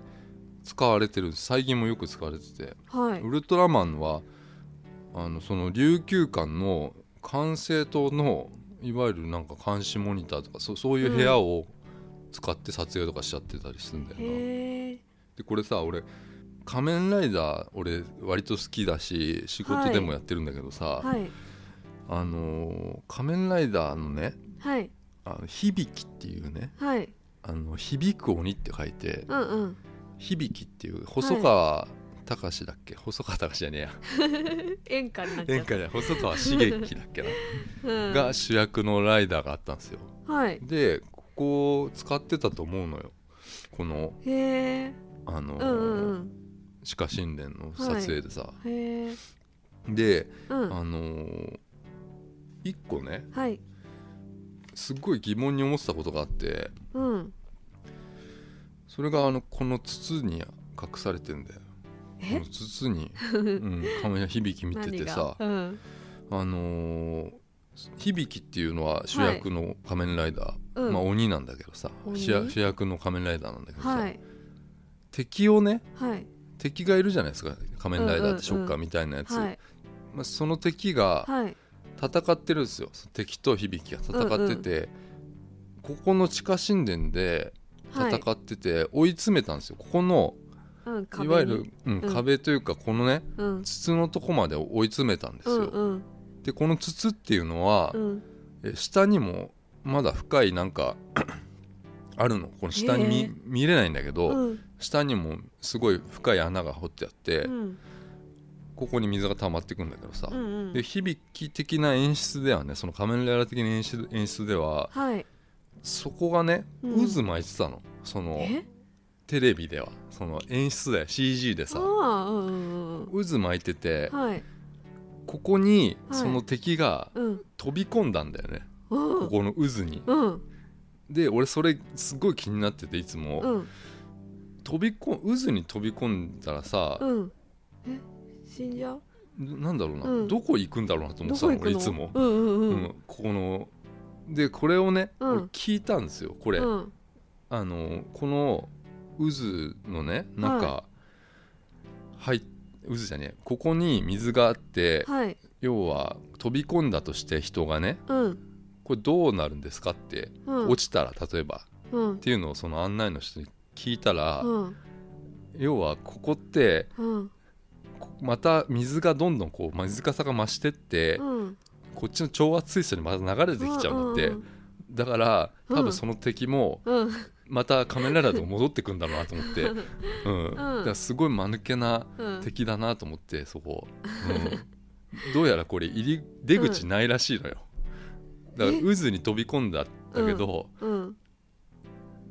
[SPEAKER 2] 使われてるんです最近もよく使われてて
[SPEAKER 1] はい
[SPEAKER 2] ウルトラマンはあのその琉球館の管制塔のいわゆるなんか監視モニターとかそそういう部屋を使って撮影とかしちゃってたりするんだよな、
[SPEAKER 1] へえ
[SPEAKER 2] でこれさ俺「仮面ライダー」俺割と好きだし仕事でもやってるんだけどさ、
[SPEAKER 1] はい
[SPEAKER 2] あのー仮面ライダー」のね
[SPEAKER 1] はい
[SPEAKER 2] 「あの響き」っていうね
[SPEAKER 1] はい
[SPEAKER 2] 「あの響く鬼」って書いて
[SPEAKER 1] うんうん
[SPEAKER 2] 「響き」っていう細川隆だっけ、細川隆じゃねえや
[SPEAKER 1] 演歌になっ ちゃ
[SPEAKER 2] 演
[SPEAKER 1] った
[SPEAKER 2] 歌じゃない細川茂樹だっけな、
[SPEAKER 1] うん
[SPEAKER 2] が主役のライダーがあったんですよ
[SPEAKER 1] はい
[SPEAKER 2] でここを使ってたと思うのよこの
[SPEAKER 1] へえ
[SPEAKER 2] あ
[SPEAKER 1] う
[SPEAKER 2] の
[SPEAKER 1] んうんうん
[SPEAKER 2] 歯科神殿の撮影でさ、
[SPEAKER 1] へえ
[SPEAKER 2] で
[SPEAKER 1] うん
[SPEAKER 2] あのー、一個ね
[SPEAKER 1] はい
[SPEAKER 2] すっごい疑問に思ってたことがあって
[SPEAKER 1] うん
[SPEAKER 2] それがあのこの筒に隠されてんだよこ
[SPEAKER 1] え
[SPEAKER 2] の 筒に、うん、亀屋響き見ててさ
[SPEAKER 1] 何がうん
[SPEAKER 2] あのー響きっていうのは主役の仮面ライダー、
[SPEAKER 1] うん
[SPEAKER 2] まあ鬼なんだけどさ
[SPEAKER 1] 鬼
[SPEAKER 2] 主役主役の仮面ライダーなんだけどさ、
[SPEAKER 1] はい
[SPEAKER 2] 敵をね
[SPEAKER 1] はい
[SPEAKER 2] 敵がいるじゃないですか仮面ライダーってショッカーみたいなやつ、
[SPEAKER 1] はい
[SPEAKER 2] まあ、その敵が
[SPEAKER 1] はい
[SPEAKER 2] 戦ってるんですよ敵と響きが戦ってて、ここの地下神殿で
[SPEAKER 1] はい
[SPEAKER 2] 戦ってて追い詰めたんですよここの
[SPEAKER 1] うん壁
[SPEAKER 2] い
[SPEAKER 1] に
[SPEAKER 2] わゆる、うん
[SPEAKER 1] うん
[SPEAKER 2] 壁というかこのね
[SPEAKER 1] うん
[SPEAKER 2] 筒のとこまで追い詰めたんですよ、
[SPEAKER 1] うんうん
[SPEAKER 2] でこの筒っていうのは、
[SPEAKER 1] うん
[SPEAKER 2] え下にもまだ深いなんか あるのこの下に
[SPEAKER 1] へ
[SPEAKER 2] 見
[SPEAKER 1] え
[SPEAKER 2] 見れないんだけど、
[SPEAKER 1] うん
[SPEAKER 2] 下にもすごい深い穴が掘ってあって、
[SPEAKER 1] うん
[SPEAKER 2] ここに水が溜まってくんだけどさ、
[SPEAKER 1] うんうん
[SPEAKER 2] で響き的な演出ではねその仮面ライダー的な演出演出では
[SPEAKER 1] はい
[SPEAKER 2] そこがね
[SPEAKER 1] うん
[SPEAKER 2] 渦巻いてたの、その
[SPEAKER 1] え
[SPEAKER 2] テレビではその演出だよ CG で
[SPEAKER 1] あ
[SPEAKER 2] さ
[SPEAKER 1] あうんうん
[SPEAKER 2] 渦巻いてて
[SPEAKER 1] うんはい
[SPEAKER 2] ここに
[SPEAKER 1] はい
[SPEAKER 2] その敵が
[SPEAKER 1] うん
[SPEAKER 2] 飛び込んだんだよね、
[SPEAKER 1] うん
[SPEAKER 2] ここの渦に。
[SPEAKER 1] うん
[SPEAKER 2] で俺それすごい気になってていつも、
[SPEAKER 1] うん
[SPEAKER 2] 飛びこ渦に飛び込んだらさ、
[SPEAKER 1] うんえ死んじゃう
[SPEAKER 2] なんだろうな、
[SPEAKER 1] うん
[SPEAKER 2] どこ行くんだろうなと思
[SPEAKER 1] ど
[SPEAKER 2] って
[SPEAKER 1] こ
[SPEAKER 2] たの
[SPEAKER 1] 行く
[SPEAKER 2] 俺い
[SPEAKER 1] の
[SPEAKER 2] つも。
[SPEAKER 1] うんうん
[SPEAKER 2] う
[SPEAKER 1] うんん
[SPEAKER 2] このでこれをね、
[SPEAKER 1] うん
[SPEAKER 2] 俺聞いたんですよこれ、
[SPEAKER 1] うん
[SPEAKER 2] あのこの渦のね中、はい、渦じゃねえここに水があって、
[SPEAKER 1] はい
[SPEAKER 2] 要は飛び込んだとして人がね
[SPEAKER 1] うん
[SPEAKER 2] これどうなるんですかって、
[SPEAKER 1] うん
[SPEAKER 2] 落ちたら例えばっ
[SPEAKER 1] うん
[SPEAKER 2] ていうのをその案内の人に聞いたら、
[SPEAKER 1] うん
[SPEAKER 2] 要はここって
[SPEAKER 1] うん
[SPEAKER 2] こまた水がどんどんこう水かさが増してって、
[SPEAKER 1] うん
[SPEAKER 2] こっちの調和水素にまた流れてきちゃうんだって、
[SPEAKER 1] うん
[SPEAKER 2] だから
[SPEAKER 1] うん
[SPEAKER 2] 多分その敵も
[SPEAKER 1] うん
[SPEAKER 2] また仮面ライダーと戻ってくんだろうなと思 って、うんだからすごい間抜けな
[SPEAKER 1] うん
[SPEAKER 2] 敵だなと思ってそこ、うんどうやらこれ入り出口ないらしいのよだから渦に飛び込んだんだけど、
[SPEAKER 1] うん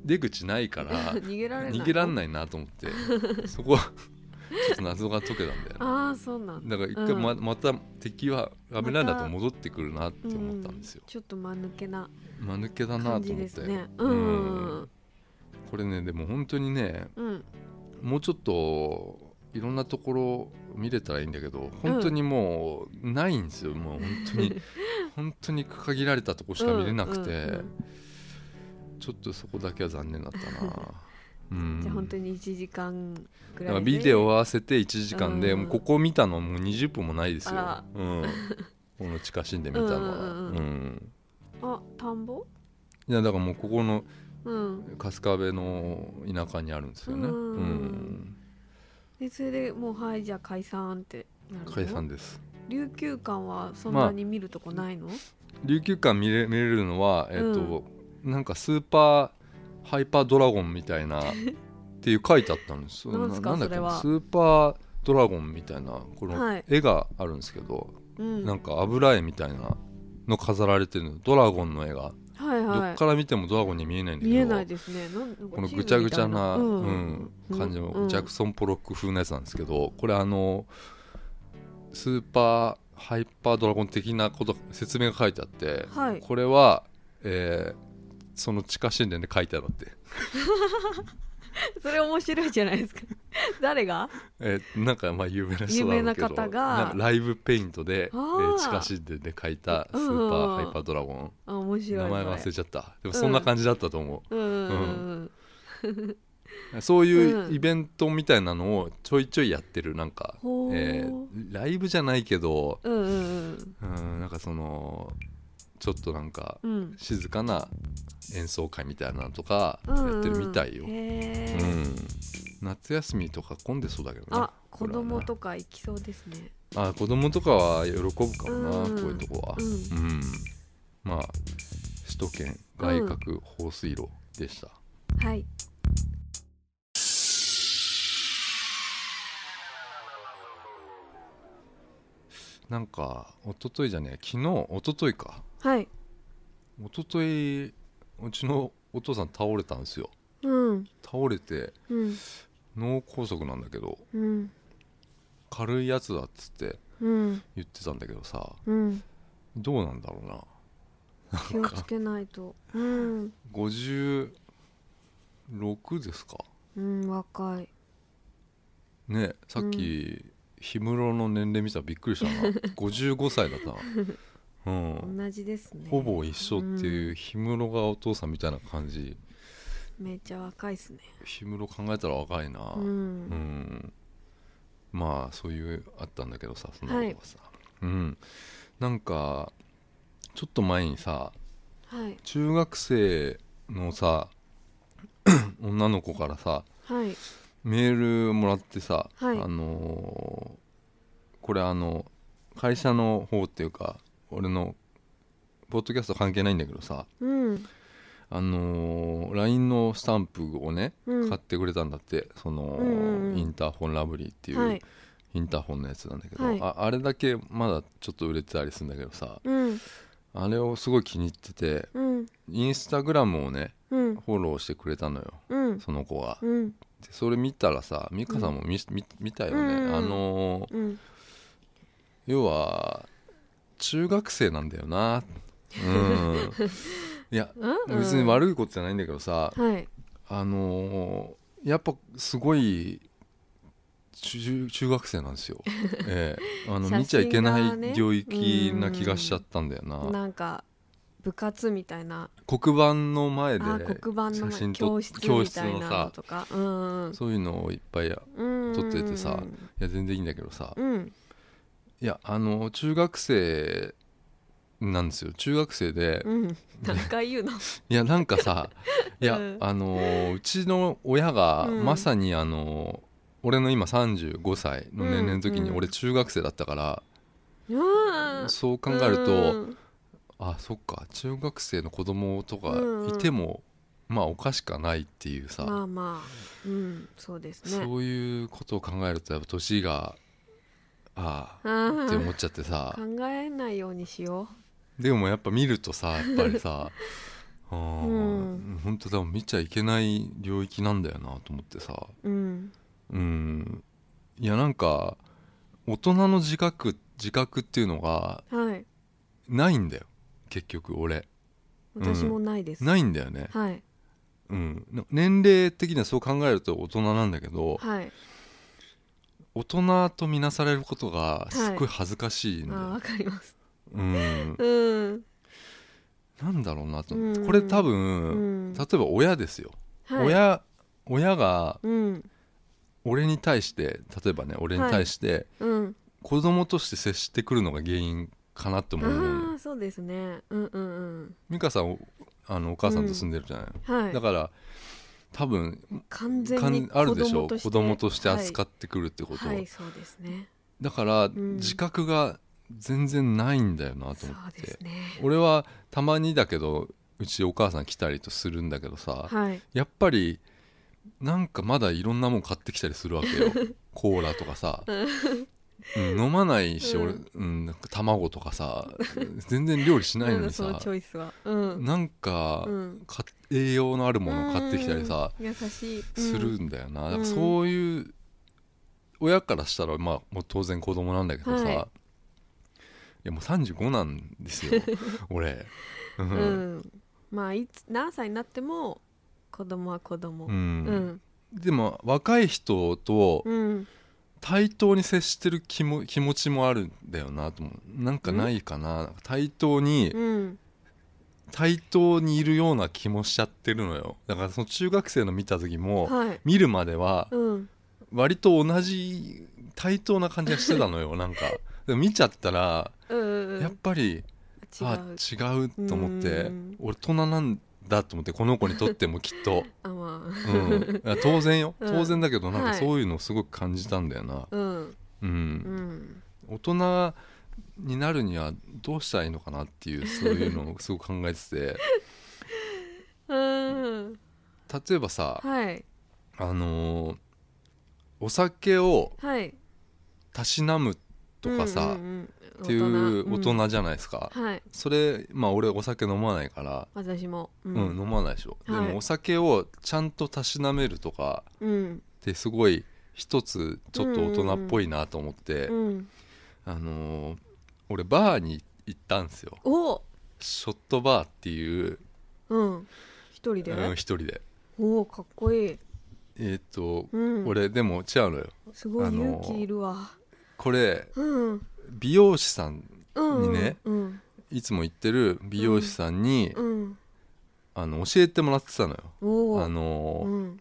[SPEAKER 2] 出口ない から
[SPEAKER 1] 逃げられない
[SPEAKER 2] 逃げらんないなと思 ってそこはちょっと謎が解けたんだよね
[SPEAKER 1] ああそうなんだ
[SPEAKER 2] だから一回ま,、また敵はラメライダーと戻ってくるなって
[SPEAKER 1] う
[SPEAKER 2] 思ったんですよ、
[SPEAKER 1] ちょっと間抜けな
[SPEAKER 2] 間抜けだな
[SPEAKER 1] 感
[SPEAKER 2] と
[SPEAKER 1] じ
[SPEAKER 2] 思
[SPEAKER 1] で
[SPEAKER 2] って、
[SPEAKER 1] すねうんう
[SPEAKER 2] うん
[SPEAKER 1] ん
[SPEAKER 2] これねでも本当にね
[SPEAKER 1] うん
[SPEAKER 2] もうちょっといろんなところ見れたらいいんだけど本当にもうないんですよ、もう本当に 本当に限られたとこしか見れなくて、
[SPEAKER 1] うんうん
[SPEAKER 2] ちょっとそこだけは残念だったな うん
[SPEAKER 1] じゃあ本当に1時間ぐ
[SPEAKER 2] だから
[SPEAKER 1] い
[SPEAKER 2] ら
[SPEAKER 1] で
[SPEAKER 2] ビデオ合わせて1時間で、
[SPEAKER 1] うん
[SPEAKER 2] もうここ見たのもう20分もないですよ
[SPEAKER 1] あら、
[SPEAKER 2] うん、この地下神殿見たのは、
[SPEAKER 1] うんうんうん
[SPEAKER 2] うん
[SPEAKER 1] あ田んぼ
[SPEAKER 2] いやだからもうここの
[SPEAKER 1] うん
[SPEAKER 2] 春日部の田舎にあるんですよね、う
[SPEAKER 1] うんんでそれでもうはいじゃあ解散ってなるの
[SPEAKER 2] 解散です、
[SPEAKER 1] 琉球館はそんなに見るとこないの、
[SPEAKER 2] 琉球館見れ見れるのは、えっとなんかスーパーハイパードラゴンみた いなっていう書いてあったんですよ
[SPEAKER 1] なんすか
[SPEAKER 2] だっけ
[SPEAKER 1] それは
[SPEAKER 2] スーパードラゴンみたいなこ
[SPEAKER 1] は
[SPEAKER 2] の
[SPEAKER 1] い
[SPEAKER 2] 絵があるんですけど、
[SPEAKER 1] うん
[SPEAKER 2] なんか油絵みたいなの飾られてるのドラゴンの絵が、
[SPEAKER 1] はい
[SPEAKER 2] ど
[SPEAKER 1] は
[SPEAKER 2] っから見てもドラゴンに見えないん
[SPEAKER 1] い
[SPEAKER 2] だけど
[SPEAKER 1] 見えないですねなん
[SPEAKER 2] このぐちゃぐちゃな、
[SPEAKER 1] チー
[SPEAKER 2] う
[SPEAKER 1] ムみたいう
[SPEAKER 2] ん
[SPEAKER 1] ん
[SPEAKER 2] 感じの、
[SPEAKER 1] うん
[SPEAKER 2] ジャクソン・ポロック風のやつなんですけどこれあのスーパーハイパードラゴン的なこと説明が書いてあって、
[SPEAKER 1] はい
[SPEAKER 2] これは、えーその地下神殿で書いてあるって、
[SPEAKER 1] それ面白いじゃないですか 誰が
[SPEAKER 2] えーなんかまあ有名な人だろうけど
[SPEAKER 1] 有名な方が
[SPEAKER 2] んかライブペイントで、え
[SPEAKER 1] あ
[SPEAKER 2] ー
[SPEAKER 1] ー
[SPEAKER 2] 地下神殿で書いたスーパーハイパードラゴン、
[SPEAKER 1] あ面白い
[SPEAKER 2] 名前忘
[SPEAKER 1] それ
[SPEAKER 2] れちゃったでもそんな感じだったと思う、
[SPEAKER 1] うんうんうん
[SPEAKER 2] そういううんイベントみたいなのをちょいちょいやってるなんか、
[SPEAKER 1] ほー
[SPEAKER 2] えーライブじゃないけど
[SPEAKER 1] うんうんうん
[SPEAKER 2] うんなんかそのちょっとなんか
[SPEAKER 1] うん
[SPEAKER 2] 静かな演奏会みたいなのとか
[SPEAKER 1] うんうん
[SPEAKER 2] やってるみたいよ、うん
[SPEAKER 1] へー
[SPEAKER 2] 夏休みとか混んでそうだけどね
[SPEAKER 1] あ
[SPEAKER 2] こ
[SPEAKER 1] 子
[SPEAKER 2] れはね
[SPEAKER 1] 供とか行きそうですね
[SPEAKER 2] あ子供とかは喜ぶかもな、
[SPEAKER 1] うん
[SPEAKER 2] こういうとこは
[SPEAKER 1] うん
[SPEAKER 2] うん、まあ首都圏外郭放水路でした、
[SPEAKER 1] はい
[SPEAKER 2] なんか一昨日じゃねえ昨日一昨日か
[SPEAKER 1] はい
[SPEAKER 2] 一昨日うちのお父さん倒れたんですよ
[SPEAKER 1] うん
[SPEAKER 2] 倒れて
[SPEAKER 1] うん
[SPEAKER 2] 脳梗塞なんだけど
[SPEAKER 1] うん
[SPEAKER 2] 軽いやつだっつって
[SPEAKER 1] うん
[SPEAKER 2] 言ってたんだけどさ
[SPEAKER 1] うん
[SPEAKER 2] どうなんだろうな
[SPEAKER 1] 気をつけないとうん
[SPEAKER 2] 56ですか
[SPEAKER 1] うん若い
[SPEAKER 2] ねさっき氷室の年齢見たらびっくりし たな55歳だったなうん
[SPEAKER 1] 同じですね
[SPEAKER 2] ほぼ一緒っていう氷室がお父さんみたいな感じ
[SPEAKER 1] めっちゃ若いっすね
[SPEAKER 2] 氷室考えたら若いな
[SPEAKER 1] う
[SPEAKER 2] うんん、まあそういうあったんだけどさそんなこ
[SPEAKER 1] は
[SPEAKER 2] と
[SPEAKER 1] い
[SPEAKER 2] がさ、うんなんかちょっと前にさ
[SPEAKER 1] はい
[SPEAKER 2] 中学生のさ 女の子からさ
[SPEAKER 1] はい
[SPEAKER 2] メールもらってさ、
[SPEAKER 1] はい
[SPEAKER 2] あのーこれあの会社の方っていうか俺のポッドキャスト関係ないんだけどさ
[SPEAKER 1] うん
[SPEAKER 2] あのー LINE のスタンプをね、
[SPEAKER 1] うん
[SPEAKER 2] 買ってくれたんだってその、
[SPEAKER 1] うんうんうん
[SPEAKER 2] インターホンラブリーっていう、
[SPEAKER 1] はい
[SPEAKER 2] インターホンのやつなんだけど、
[SPEAKER 1] はい
[SPEAKER 2] ああれだけまだちょっと売れてたりするんだけどさ
[SPEAKER 1] うん
[SPEAKER 2] あれをすごい気に入ってて
[SPEAKER 1] うん
[SPEAKER 2] インスタグラムをね
[SPEAKER 1] うん
[SPEAKER 2] フォローしてくれたのよ
[SPEAKER 1] うん
[SPEAKER 2] その子が、
[SPEAKER 1] うん
[SPEAKER 2] でそれ見たらさ美香さんも見,見、見たよね、
[SPEAKER 1] うん
[SPEAKER 2] あのー
[SPEAKER 1] うん
[SPEAKER 2] 要は中学生なんだよなうん いや
[SPEAKER 1] うん
[SPEAKER 2] 別に悪いことじゃないんだけどさ、
[SPEAKER 1] はい
[SPEAKER 2] あのーやっぱすごい中中学生なんで すよ、ええ、あの
[SPEAKER 1] 写真が
[SPEAKER 2] 見
[SPEAKER 1] ね
[SPEAKER 2] ちゃいけない領域な気がしちゃったんだよな、
[SPEAKER 1] なんか部活みたいな
[SPEAKER 2] 黒板の前で
[SPEAKER 1] あー黒板の
[SPEAKER 2] 写
[SPEAKER 1] 前
[SPEAKER 2] 真撮
[SPEAKER 1] 教
[SPEAKER 2] っ
[SPEAKER 1] 室
[SPEAKER 2] 教
[SPEAKER 1] み
[SPEAKER 2] 室
[SPEAKER 1] たい
[SPEAKER 2] の
[SPEAKER 1] な
[SPEAKER 2] さ
[SPEAKER 1] のとかうんうん
[SPEAKER 2] そういうのをいっぱいや
[SPEAKER 1] うん
[SPEAKER 2] 撮っててさいや全然いいんだけどさ
[SPEAKER 1] うん
[SPEAKER 2] いやあの中学生なんですよ中学生で、
[SPEAKER 1] うん何回言うの
[SPEAKER 2] いやなんか さいや、
[SPEAKER 1] うん
[SPEAKER 2] あのーうちの親が
[SPEAKER 1] うん
[SPEAKER 2] まさにあのー俺の今35歳の年齢の時に
[SPEAKER 1] うん
[SPEAKER 2] 俺中学生だったから、
[SPEAKER 1] うん
[SPEAKER 2] そう考えると、
[SPEAKER 1] うん
[SPEAKER 2] あそっか中学生の子供とかいても、まあおかしくはないっていうさ、
[SPEAKER 1] まあまあうんそうですね
[SPEAKER 2] そういうことを考えるとやっぱ年がああって
[SPEAKER 1] うん
[SPEAKER 2] 思っちゃってさ
[SPEAKER 1] 考えないようにしよ
[SPEAKER 2] でもやっぱ見る とさやっぱりさあー
[SPEAKER 1] うん
[SPEAKER 2] 本当だ見ちゃいけない領域なんだよなと思ってさ
[SPEAKER 1] ううん
[SPEAKER 2] うんいやなんか大人の自覚自覚っていうのが
[SPEAKER 1] はい
[SPEAKER 2] ないんだよ結局俺
[SPEAKER 1] 私もないです
[SPEAKER 2] ないんだよね
[SPEAKER 1] はい
[SPEAKER 2] うん、な年齢的にはそう考えると大人なんだけど
[SPEAKER 1] はい
[SPEAKER 2] 大人と見なされることがすっ
[SPEAKER 1] は
[SPEAKER 2] ごい
[SPEAKER 1] い
[SPEAKER 2] 恥ずかしいん
[SPEAKER 1] あ
[SPEAKER 2] だよ、
[SPEAKER 1] ーわかります
[SPEAKER 2] うん、
[SPEAKER 1] うん
[SPEAKER 2] なんだろうなと思って
[SPEAKER 1] うん
[SPEAKER 2] これ多分、
[SPEAKER 1] うん
[SPEAKER 2] 例えば親ですよ、
[SPEAKER 1] はい
[SPEAKER 2] 親親が
[SPEAKER 1] うん
[SPEAKER 2] 俺に対して例えばね俺に対して
[SPEAKER 1] うん
[SPEAKER 2] 子供として接してくるのが原因かなって思うのよ、
[SPEAKER 1] ああそうですねうんうんうん
[SPEAKER 2] 美香さんおあのお母さんと住んでるじゃない、
[SPEAKER 1] はい
[SPEAKER 2] だから多分
[SPEAKER 1] 完全
[SPEAKER 2] かん
[SPEAKER 1] に
[SPEAKER 2] あるでしょ
[SPEAKER 1] と
[SPEAKER 2] 子供として扱
[SPEAKER 1] っ
[SPEAKER 2] ってくるっ
[SPEAKER 1] て
[SPEAKER 2] てことを、
[SPEAKER 1] はい、はいそうですね
[SPEAKER 2] だから
[SPEAKER 1] ん
[SPEAKER 2] 自覚が全然ないんだよなと
[SPEAKER 1] そ
[SPEAKER 2] 思っ
[SPEAKER 1] うで
[SPEAKER 2] て
[SPEAKER 1] す、ね
[SPEAKER 2] 俺はたまにだけどうちお母さん来たりとするんだけどさ、
[SPEAKER 1] はい
[SPEAKER 2] やっぱりなんかまだいろんなもん買ってきたりするわけ よコーラとかさ、うん飲まないし、俺、うん、なんか卵とかさ全然料理しない
[SPEAKER 1] な
[SPEAKER 2] の
[SPEAKER 1] んだ
[SPEAKER 2] に
[SPEAKER 1] その
[SPEAKER 2] さ
[SPEAKER 1] チョイスはうん
[SPEAKER 2] なんか、
[SPEAKER 1] うん
[SPEAKER 2] か栄養のあるものを買ってきたりさ、
[SPEAKER 1] うん優しい
[SPEAKER 2] する
[SPEAKER 1] うん
[SPEAKER 2] だよな、
[SPEAKER 1] ん
[SPEAKER 2] だからそういう親からしたら、まあ、もう当然子供なんだけどさ、
[SPEAKER 1] はい
[SPEAKER 2] い、やもう35なんです よ俺。うん
[SPEAKER 1] んうんまあいつ何歳になっても子供は子供
[SPEAKER 2] う
[SPEAKER 1] うんん
[SPEAKER 2] でも若い人と
[SPEAKER 1] うん
[SPEAKER 2] 対等に接してる気も気持ちもあるんだよなと思うなんかないかな対等に
[SPEAKER 1] うん
[SPEAKER 2] 対等にいるような気もしちゃってるのよだからその中学生の見た時も、
[SPEAKER 1] はい
[SPEAKER 2] 見るまでは
[SPEAKER 1] うん
[SPEAKER 2] 割と同じ対等な感じがしてたのよなんかでも見ちゃったら
[SPEAKER 1] うんうん
[SPEAKER 2] やっぱり、
[SPEAKER 1] 違
[SPEAKER 2] あ
[SPEAKER 1] う
[SPEAKER 2] 違うと思って
[SPEAKER 1] うん
[SPEAKER 2] 俺大人なんだと思ってこの子にとってもきっと、
[SPEAKER 1] あま
[SPEAKER 2] うん、いや当然よ
[SPEAKER 1] うん
[SPEAKER 2] 当然だけどなんか
[SPEAKER 1] はい
[SPEAKER 2] そういうのをすごく感じたんだよな、
[SPEAKER 1] あうん
[SPEAKER 2] う、
[SPEAKER 1] うんん
[SPEAKER 2] 大人になるにはどうしたらいいのかなっていうそういうのをすごく考えてて
[SPEAKER 1] うん
[SPEAKER 2] 例えばさ、
[SPEAKER 1] はい
[SPEAKER 2] あのーお酒を
[SPEAKER 1] はい
[SPEAKER 2] たしなむとかさ、
[SPEAKER 1] うんうんうん
[SPEAKER 2] っていう大
[SPEAKER 1] うん
[SPEAKER 2] 人じゃないですか、
[SPEAKER 1] はい
[SPEAKER 2] それまあ俺お酒飲まないから、
[SPEAKER 1] 私もう
[SPEAKER 2] うん飲まないでしょ、
[SPEAKER 1] はい
[SPEAKER 2] でもお酒をちゃんとたしなめるとか
[SPEAKER 1] うん
[SPEAKER 2] ってすごい一つちょっと大人っぽいなと思って、
[SPEAKER 1] うん
[SPEAKER 2] あのー俺バーに行ったんですよ
[SPEAKER 1] お
[SPEAKER 2] ショットバーっていう、
[SPEAKER 1] うん一人で
[SPEAKER 2] うん、一人で
[SPEAKER 1] おおかっこいい
[SPEAKER 2] えーっと、
[SPEAKER 1] うん
[SPEAKER 2] 俺でも違うのよ
[SPEAKER 1] すごい
[SPEAKER 2] あの
[SPEAKER 1] 勇気いるわ
[SPEAKER 2] これ
[SPEAKER 1] うん
[SPEAKER 2] 美容師さん
[SPEAKER 1] うん
[SPEAKER 2] にね
[SPEAKER 1] うん
[SPEAKER 2] いつも行ってる美容師さんに、
[SPEAKER 1] うん
[SPEAKER 2] あの教えてもらってたのよ
[SPEAKER 1] おお
[SPEAKER 2] あのー、
[SPEAKER 1] うん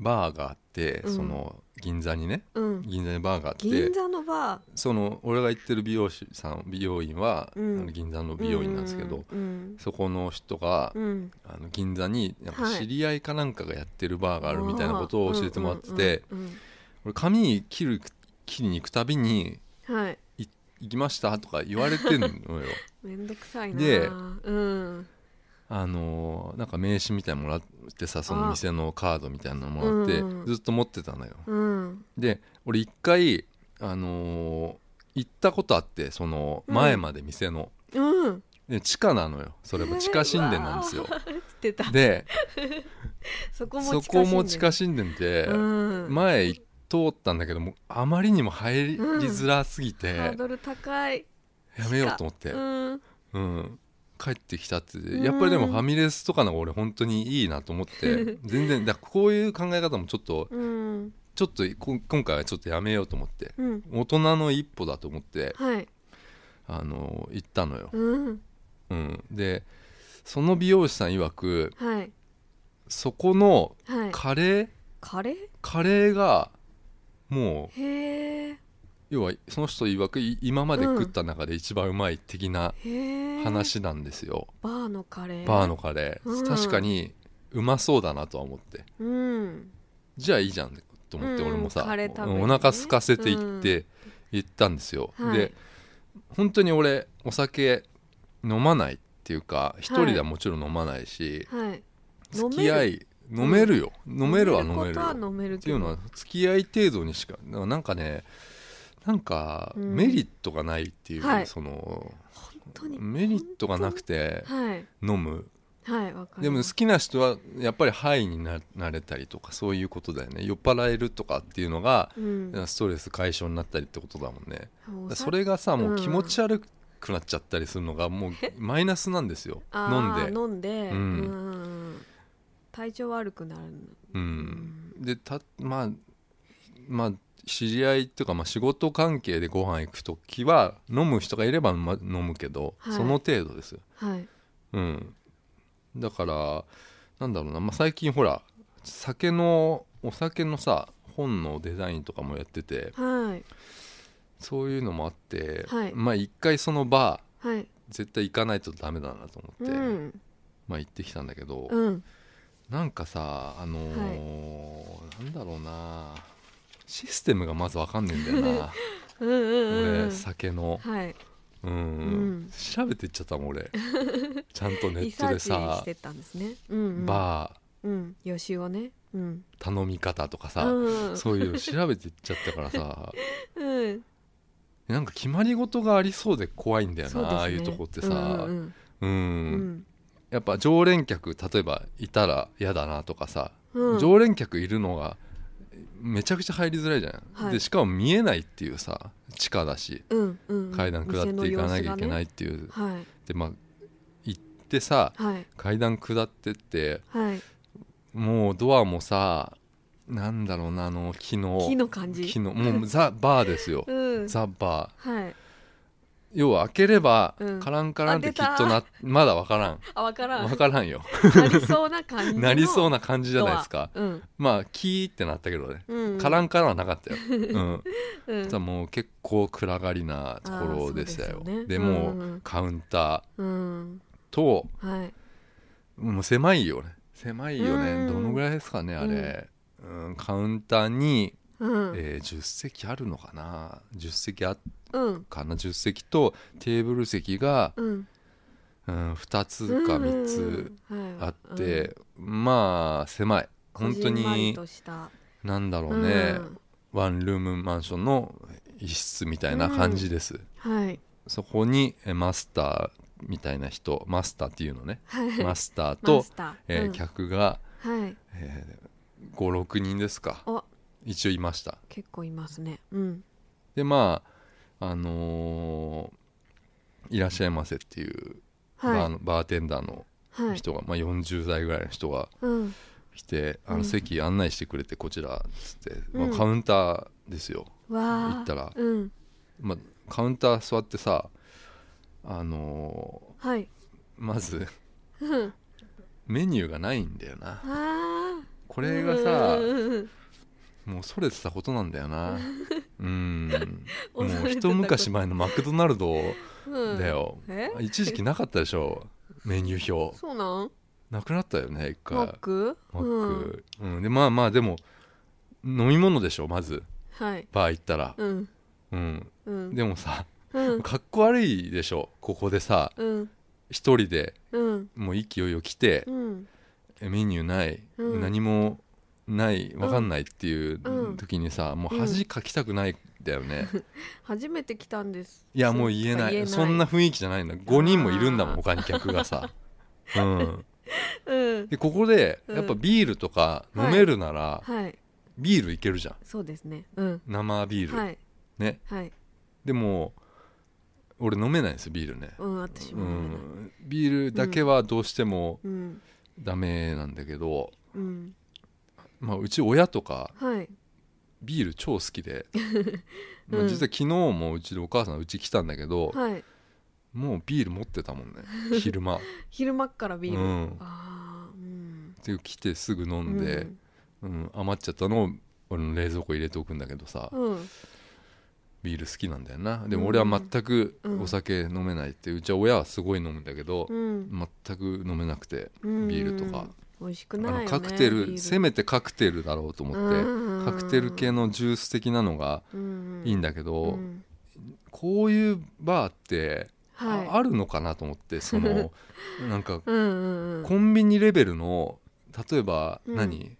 [SPEAKER 2] バーがあって
[SPEAKER 1] うん
[SPEAKER 2] その銀座にね
[SPEAKER 1] うん
[SPEAKER 2] 銀座にバーがあって
[SPEAKER 1] 銀座のバ
[SPEAKER 2] その俺が行ってる美容師さん美容院は、
[SPEAKER 1] うん
[SPEAKER 2] あの銀座の
[SPEAKER 1] ー
[SPEAKER 2] 美容院なんですけど、
[SPEAKER 1] うん
[SPEAKER 2] そこの人が、
[SPEAKER 1] うん
[SPEAKER 2] あの銀座になんか
[SPEAKER 1] はい
[SPEAKER 2] 知り合いかなんかがやってるバーがあるみたいなことを教えてもらってて、
[SPEAKER 1] うんうん
[SPEAKER 2] 俺髪切る切りに行くたびに
[SPEAKER 1] うんうんはい
[SPEAKER 2] 行きましたとか言われてんのよ
[SPEAKER 1] めんどくさいな
[SPEAKER 2] で
[SPEAKER 1] うん
[SPEAKER 2] あのーなんか名刺みたいなのもらってさその店のカードみたいなのもらって
[SPEAKER 1] うん
[SPEAKER 2] ずっと持ってたのよ
[SPEAKER 1] うん
[SPEAKER 2] で俺一回あのー行ったことあってその
[SPEAKER 1] うん
[SPEAKER 2] 前まで店の、
[SPEAKER 1] うん
[SPEAKER 2] で地下なのよそれも地下神殿なんですよ
[SPEAKER 1] 知って た
[SPEAKER 2] で
[SPEAKER 1] そこも
[SPEAKER 2] そこも地下
[SPEAKER 1] し
[SPEAKER 2] 神殿で、
[SPEAKER 1] うん
[SPEAKER 2] 前通ったんだけどもうあまりにも入りづらすぎて、
[SPEAKER 1] ハードル高い
[SPEAKER 2] やめようと思って、
[SPEAKER 1] うん
[SPEAKER 2] うん、帰ってきたって
[SPEAKER 1] ん
[SPEAKER 2] やっぱりでもファミレスとかの方が俺本当にいいなと思って 全然だからこういう考え方もちょっと
[SPEAKER 1] うん
[SPEAKER 2] ちょっとこ今回はちょっとやめようと思って
[SPEAKER 1] うん
[SPEAKER 2] 大人の一歩だと思って
[SPEAKER 1] はい
[SPEAKER 2] あの行ったのよ、
[SPEAKER 1] うん
[SPEAKER 2] うん、でその美容師さん曰く
[SPEAKER 1] はい
[SPEAKER 2] そこの
[SPEAKER 1] はい
[SPEAKER 2] カレー
[SPEAKER 1] カレー
[SPEAKER 2] カレーがもう
[SPEAKER 1] へえ
[SPEAKER 2] 要はその人曰くい今まで食った中で一番うまい的な
[SPEAKER 1] へえ
[SPEAKER 2] 話なんですよ、
[SPEAKER 1] バーのカレー
[SPEAKER 2] バーのカレー、
[SPEAKER 1] うん
[SPEAKER 2] 確かにうまそうだなとは思って
[SPEAKER 1] うん
[SPEAKER 2] じゃあいいじゃんと思って
[SPEAKER 1] うん
[SPEAKER 2] 俺もさ、
[SPEAKER 1] カレー食べてね
[SPEAKER 2] お腹空かせて行って行ったんですよ、
[SPEAKER 1] はい
[SPEAKER 2] で本当に俺お酒飲まないっていうか一人ではもちろん飲まないし、
[SPEAKER 1] はい
[SPEAKER 2] 付き合い
[SPEAKER 1] める
[SPEAKER 2] 飲めるよ、飲めるは飲め
[SPEAKER 1] こ
[SPEAKER 2] る
[SPEAKER 1] と
[SPEAKER 2] よ
[SPEAKER 1] は飲める
[SPEAKER 2] っ
[SPEAKER 1] け
[SPEAKER 2] てい
[SPEAKER 1] ど
[SPEAKER 2] うのは付き合い程度にしかななんかねなんか
[SPEAKER 1] うん
[SPEAKER 2] メリットがないっていう、
[SPEAKER 1] はい
[SPEAKER 2] その
[SPEAKER 1] 本当に
[SPEAKER 2] メリットがなくて
[SPEAKER 1] はい
[SPEAKER 2] 飲む
[SPEAKER 1] はいわかる
[SPEAKER 2] でも好きな人はやっぱりハイにななれたりとかそういうことだよね酔っ払えるとかっていうのが
[SPEAKER 1] うん
[SPEAKER 2] ストレス解消になったりってことだもんね
[SPEAKER 1] お酒
[SPEAKER 2] それがさもう気持ち
[SPEAKER 1] うん
[SPEAKER 2] 悪くなっちゃったりするのがもうマイナスなんですよ飲ん
[SPEAKER 1] あー
[SPEAKER 2] で
[SPEAKER 1] 飲んで
[SPEAKER 2] う
[SPEAKER 1] うんん体調悪くなる
[SPEAKER 2] うんでたまあまあ知り合いっていうか、まあ、仕事関係でご飯行く時は飲む人がいれば、ま、飲むけど、
[SPEAKER 1] はい
[SPEAKER 2] その程度ですよ
[SPEAKER 1] はい
[SPEAKER 2] うん、だからなんだろうな、まあ、最近ほら酒のお酒のさ本のデザインとかもやってて
[SPEAKER 1] はい
[SPEAKER 2] そういうのもあって、
[SPEAKER 1] はい
[SPEAKER 2] まあ一回そのバー
[SPEAKER 1] はい
[SPEAKER 2] 絶対行かないとダメだなと思って、
[SPEAKER 1] うん
[SPEAKER 2] まあ行ってきたんだけど、
[SPEAKER 1] うん
[SPEAKER 2] なんかさあのーなんだろうなシステムがまずわかんねえんだよな
[SPEAKER 1] うんうんうん
[SPEAKER 2] 俺酒の
[SPEAKER 1] はい
[SPEAKER 2] うん、
[SPEAKER 1] うん
[SPEAKER 2] 調べていっちゃったもん 俺ちゃんとネ
[SPEAKER 1] リ
[SPEAKER 2] ッ
[SPEAKER 1] サー
[SPEAKER 2] トで
[SPEAKER 1] チし
[SPEAKER 2] さ
[SPEAKER 1] てったんですねうんうん
[SPEAKER 2] バー
[SPEAKER 1] うん予習をねうん
[SPEAKER 2] 頼み方とかさ、
[SPEAKER 1] うん
[SPEAKER 2] そういうの調べていっちゃったからさ
[SPEAKER 1] うん
[SPEAKER 2] なんか決まり事がありそうで怖いんだよな、
[SPEAKER 1] そうですね
[SPEAKER 2] ああいうとこってさ、
[SPEAKER 1] うんうん
[SPEAKER 2] う
[SPEAKER 1] う
[SPEAKER 2] ん
[SPEAKER 1] ん
[SPEAKER 2] やっぱ常連客例えばいたら嫌だなとかさ、
[SPEAKER 1] うん
[SPEAKER 2] 常連客いるのがめちゃくちゃ入りづらいじゃん、
[SPEAKER 1] はい
[SPEAKER 2] でしかも見えないっていうさ地下だし
[SPEAKER 1] うんうん
[SPEAKER 2] 階段下っていかなきゃいけないいっていう、
[SPEAKER 1] はい
[SPEAKER 2] でまあ行ってさ
[SPEAKER 1] はい
[SPEAKER 2] 階段下ってって
[SPEAKER 1] はい
[SPEAKER 2] もうドアもさなんだろうなあの木の
[SPEAKER 1] 木の感じ
[SPEAKER 2] 木のもう ザ・バーですよ、
[SPEAKER 1] うん
[SPEAKER 2] ザ・バー
[SPEAKER 1] はい
[SPEAKER 2] 要は開ければ、
[SPEAKER 1] うん
[SPEAKER 2] カランカランって
[SPEAKER 1] あ出
[SPEAKER 2] き
[SPEAKER 1] た
[SPEAKER 2] っとなまだ わから
[SPEAKER 1] あわから
[SPEAKER 2] ん
[SPEAKER 1] ん
[SPEAKER 2] わからんよ
[SPEAKER 1] なりそうな感じの
[SPEAKER 2] なりそ
[SPEAKER 1] な
[SPEAKER 2] うな感じじゃないですか
[SPEAKER 1] うん
[SPEAKER 2] まあキーってなったけどね
[SPEAKER 1] うん
[SPEAKER 2] カランカランはなか ったよ、うん、
[SPEAKER 1] うん
[SPEAKER 2] ただもう結構暗がりなところでしたよ
[SPEAKER 1] あーそうです
[SPEAKER 2] で
[SPEAKER 1] よね
[SPEAKER 2] も
[SPEAKER 1] うんう
[SPEAKER 2] うんカウンター
[SPEAKER 1] うん
[SPEAKER 2] と
[SPEAKER 1] はい
[SPEAKER 2] もう狭いよね狭いよね、
[SPEAKER 1] うん
[SPEAKER 2] どのぐらいですかねあれ、うんカウンターに、
[SPEAKER 1] うん
[SPEAKER 2] えー10席あるのかな10席あっ
[SPEAKER 1] うん
[SPEAKER 2] かな10席とテーブル席が、
[SPEAKER 1] うん
[SPEAKER 2] うん、2つか3つ
[SPEAKER 1] うん
[SPEAKER 2] あって、まあ狭い本当
[SPEAKER 1] こじんまり
[SPEAKER 2] に
[SPEAKER 1] とした
[SPEAKER 2] なんだろうね、
[SPEAKER 1] うん
[SPEAKER 2] ワンルームマンションの一室みたいな感じです、
[SPEAKER 1] はい
[SPEAKER 2] そこにえマスターみたいな人マスターっていうのね
[SPEAKER 1] はい
[SPEAKER 2] マスターと
[SPEAKER 1] マスター
[SPEAKER 2] えー
[SPEAKER 1] うん
[SPEAKER 2] 客が、
[SPEAKER 1] はい
[SPEAKER 2] えー56人ですか
[SPEAKER 1] お
[SPEAKER 2] 一応いました
[SPEAKER 1] 結構いますねうん
[SPEAKER 2] でまああのーいらっしゃいませ」っていうバー
[SPEAKER 1] は
[SPEAKER 2] の、バーテンダーの
[SPEAKER 1] いはい
[SPEAKER 2] 人が、まあ、40代ぐらいの人が
[SPEAKER 1] うん
[SPEAKER 2] 来て「あ
[SPEAKER 1] う
[SPEAKER 2] の
[SPEAKER 1] ん
[SPEAKER 2] 席案内してくれてこちら」っつって、まあ
[SPEAKER 1] うん
[SPEAKER 2] カウンターですよ、
[SPEAKER 1] わあ
[SPEAKER 2] 行ったら
[SPEAKER 1] うん
[SPEAKER 2] まあ、カウンター座ってさあのー
[SPEAKER 1] はい
[SPEAKER 2] まず
[SPEAKER 1] うん
[SPEAKER 2] メニューがないんだよな
[SPEAKER 1] ああ
[SPEAKER 2] これがさ
[SPEAKER 1] うんうんうん
[SPEAKER 2] もうそれてたことなんだよ なうんもう
[SPEAKER 1] 恐れてたこと
[SPEAKER 2] 一昔前のマクドナルド
[SPEAKER 1] うん
[SPEAKER 2] だよ、
[SPEAKER 1] え
[SPEAKER 2] 一時期なかったでしょメニュー表
[SPEAKER 1] そうなん
[SPEAKER 2] なくなったよね一回
[SPEAKER 1] マック
[SPEAKER 2] マック、うんでまあまあでも飲み物でしょまず
[SPEAKER 1] うんはい
[SPEAKER 2] バー行ったら
[SPEAKER 1] うん
[SPEAKER 2] うん、
[SPEAKER 1] うん
[SPEAKER 2] でもさ
[SPEAKER 1] うん
[SPEAKER 2] かっこ悪いでしょここでさ
[SPEAKER 1] うん
[SPEAKER 2] 一人で
[SPEAKER 1] うん
[SPEAKER 2] もう勢いよ来て
[SPEAKER 1] うん
[SPEAKER 2] メニューない、
[SPEAKER 1] うん
[SPEAKER 2] 何もないわかんないっていう時にさ、もう恥かきたくないんだよ ね、
[SPEAKER 1] 初めて来たんです
[SPEAKER 2] いやもう言えないそんな雰囲気じゃないんだ5人もいるんだもん
[SPEAKER 1] あー
[SPEAKER 2] 他に客が さうん
[SPEAKER 1] うん
[SPEAKER 2] でここで
[SPEAKER 1] うん
[SPEAKER 2] やっぱビールとか飲めるなら、
[SPEAKER 1] はい
[SPEAKER 2] ビールいけるじゃん
[SPEAKER 1] そうですねうん
[SPEAKER 2] 生ビール、
[SPEAKER 1] はい
[SPEAKER 2] ね
[SPEAKER 1] はい
[SPEAKER 2] でも俺飲めないんですよビールね、
[SPEAKER 1] うん私
[SPEAKER 2] う
[SPEAKER 1] も飲めない
[SPEAKER 2] ん、ビールだけはどうしても
[SPEAKER 1] うん
[SPEAKER 2] ダメなんだけど、
[SPEAKER 1] うん
[SPEAKER 2] まあ、うち親とか
[SPEAKER 1] はい
[SPEAKER 2] ビール超好き で、
[SPEAKER 1] うん
[SPEAKER 2] まあ実は昨日もうちでお母さんうち来たんだけど、
[SPEAKER 1] はい
[SPEAKER 2] もうビール持ってたもんね昼間
[SPEAKER 1] 昼間っから ビール、
[SPEAKER 2] うん
[SPEAKER 1] ああうん
[SPEAKER 2] で来てすぐ飲んで、うん余っちゃったのを俺の冷蔵庫入れておくんだけどさ、
[SPEAKER 1] うんうん
[SPEAKER 2] ビール好きなんだよなでも俺は全く
[SPEAKER 1] うん
[SPEAKER 2] お酒飲めないってうちは親はすごい飲むんだけど
[SPEAKER 1] う、ん
[SPEAKER 2] 全く飲めなくて、
[SPEAKER 1] うん
[SPEAKER 2] ビールとか、
[SPEAKER 1] 美味しく
[SPEAKER 2] あ
[SPEAKER 1] ないよ
[SPEAKER 2] の
[SPEAKER 1] ね
[SPEAKER 2] カクテ
[SPEAKER 1] ビー
[SPEAKER 2] ルせめてカクテルだろうと思って、
[SPEAKER 1] うん
[SPEAKER 2] カクテル系のジュース的なのが
[SPEAKER 1] うん
[SPEAKER 2] いいんだけど、
[SPEAKER 1] うん
[SPEAKER 2] こういうバーって
[SPEAKER 1] はい
[SPEAKER 2] ああるのかなと思ってそ のなんか
[SPEAKER 1] うんうんうん
[SPEAKER 2] コンビニレベルの例えば
[SPEAKER 1] うん
[SPEAKER 2] 何、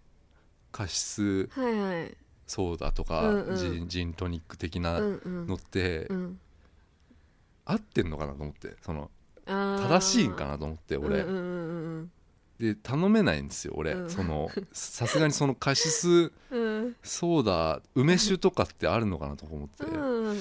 [SPEAKER 2] カシス
[SPEAKER 1] はいはい
[SPEAKER 2] ソーダとか、
[SPEAKER 1] うんうん
[SPEAKER 2] ジンジントニック的
[SPEAKER 1] う
[SPEAKER 2] なん
[SPEAKER 1] うん
[SPEAKER 2] のって、
[SPEAKER 1] うん
[SPEAKER 2] 合ってんのかなと思ってその正
[SPEAKER 1] 正
[SPEAKER 2] しいんかなと思って俺、
[SPEAKER 1] うんうんうん
[SPEAKER 2] で頼めないんですよ俺、
[SPEAKER 1] うん
[SPEAKER 2] そのさすがにそのカシス
[SPEAKER 1] うんうん
[SPEAKER 2] ソーダ梅酒とかってあるのかなと思って、
[SPEAKER 1] うん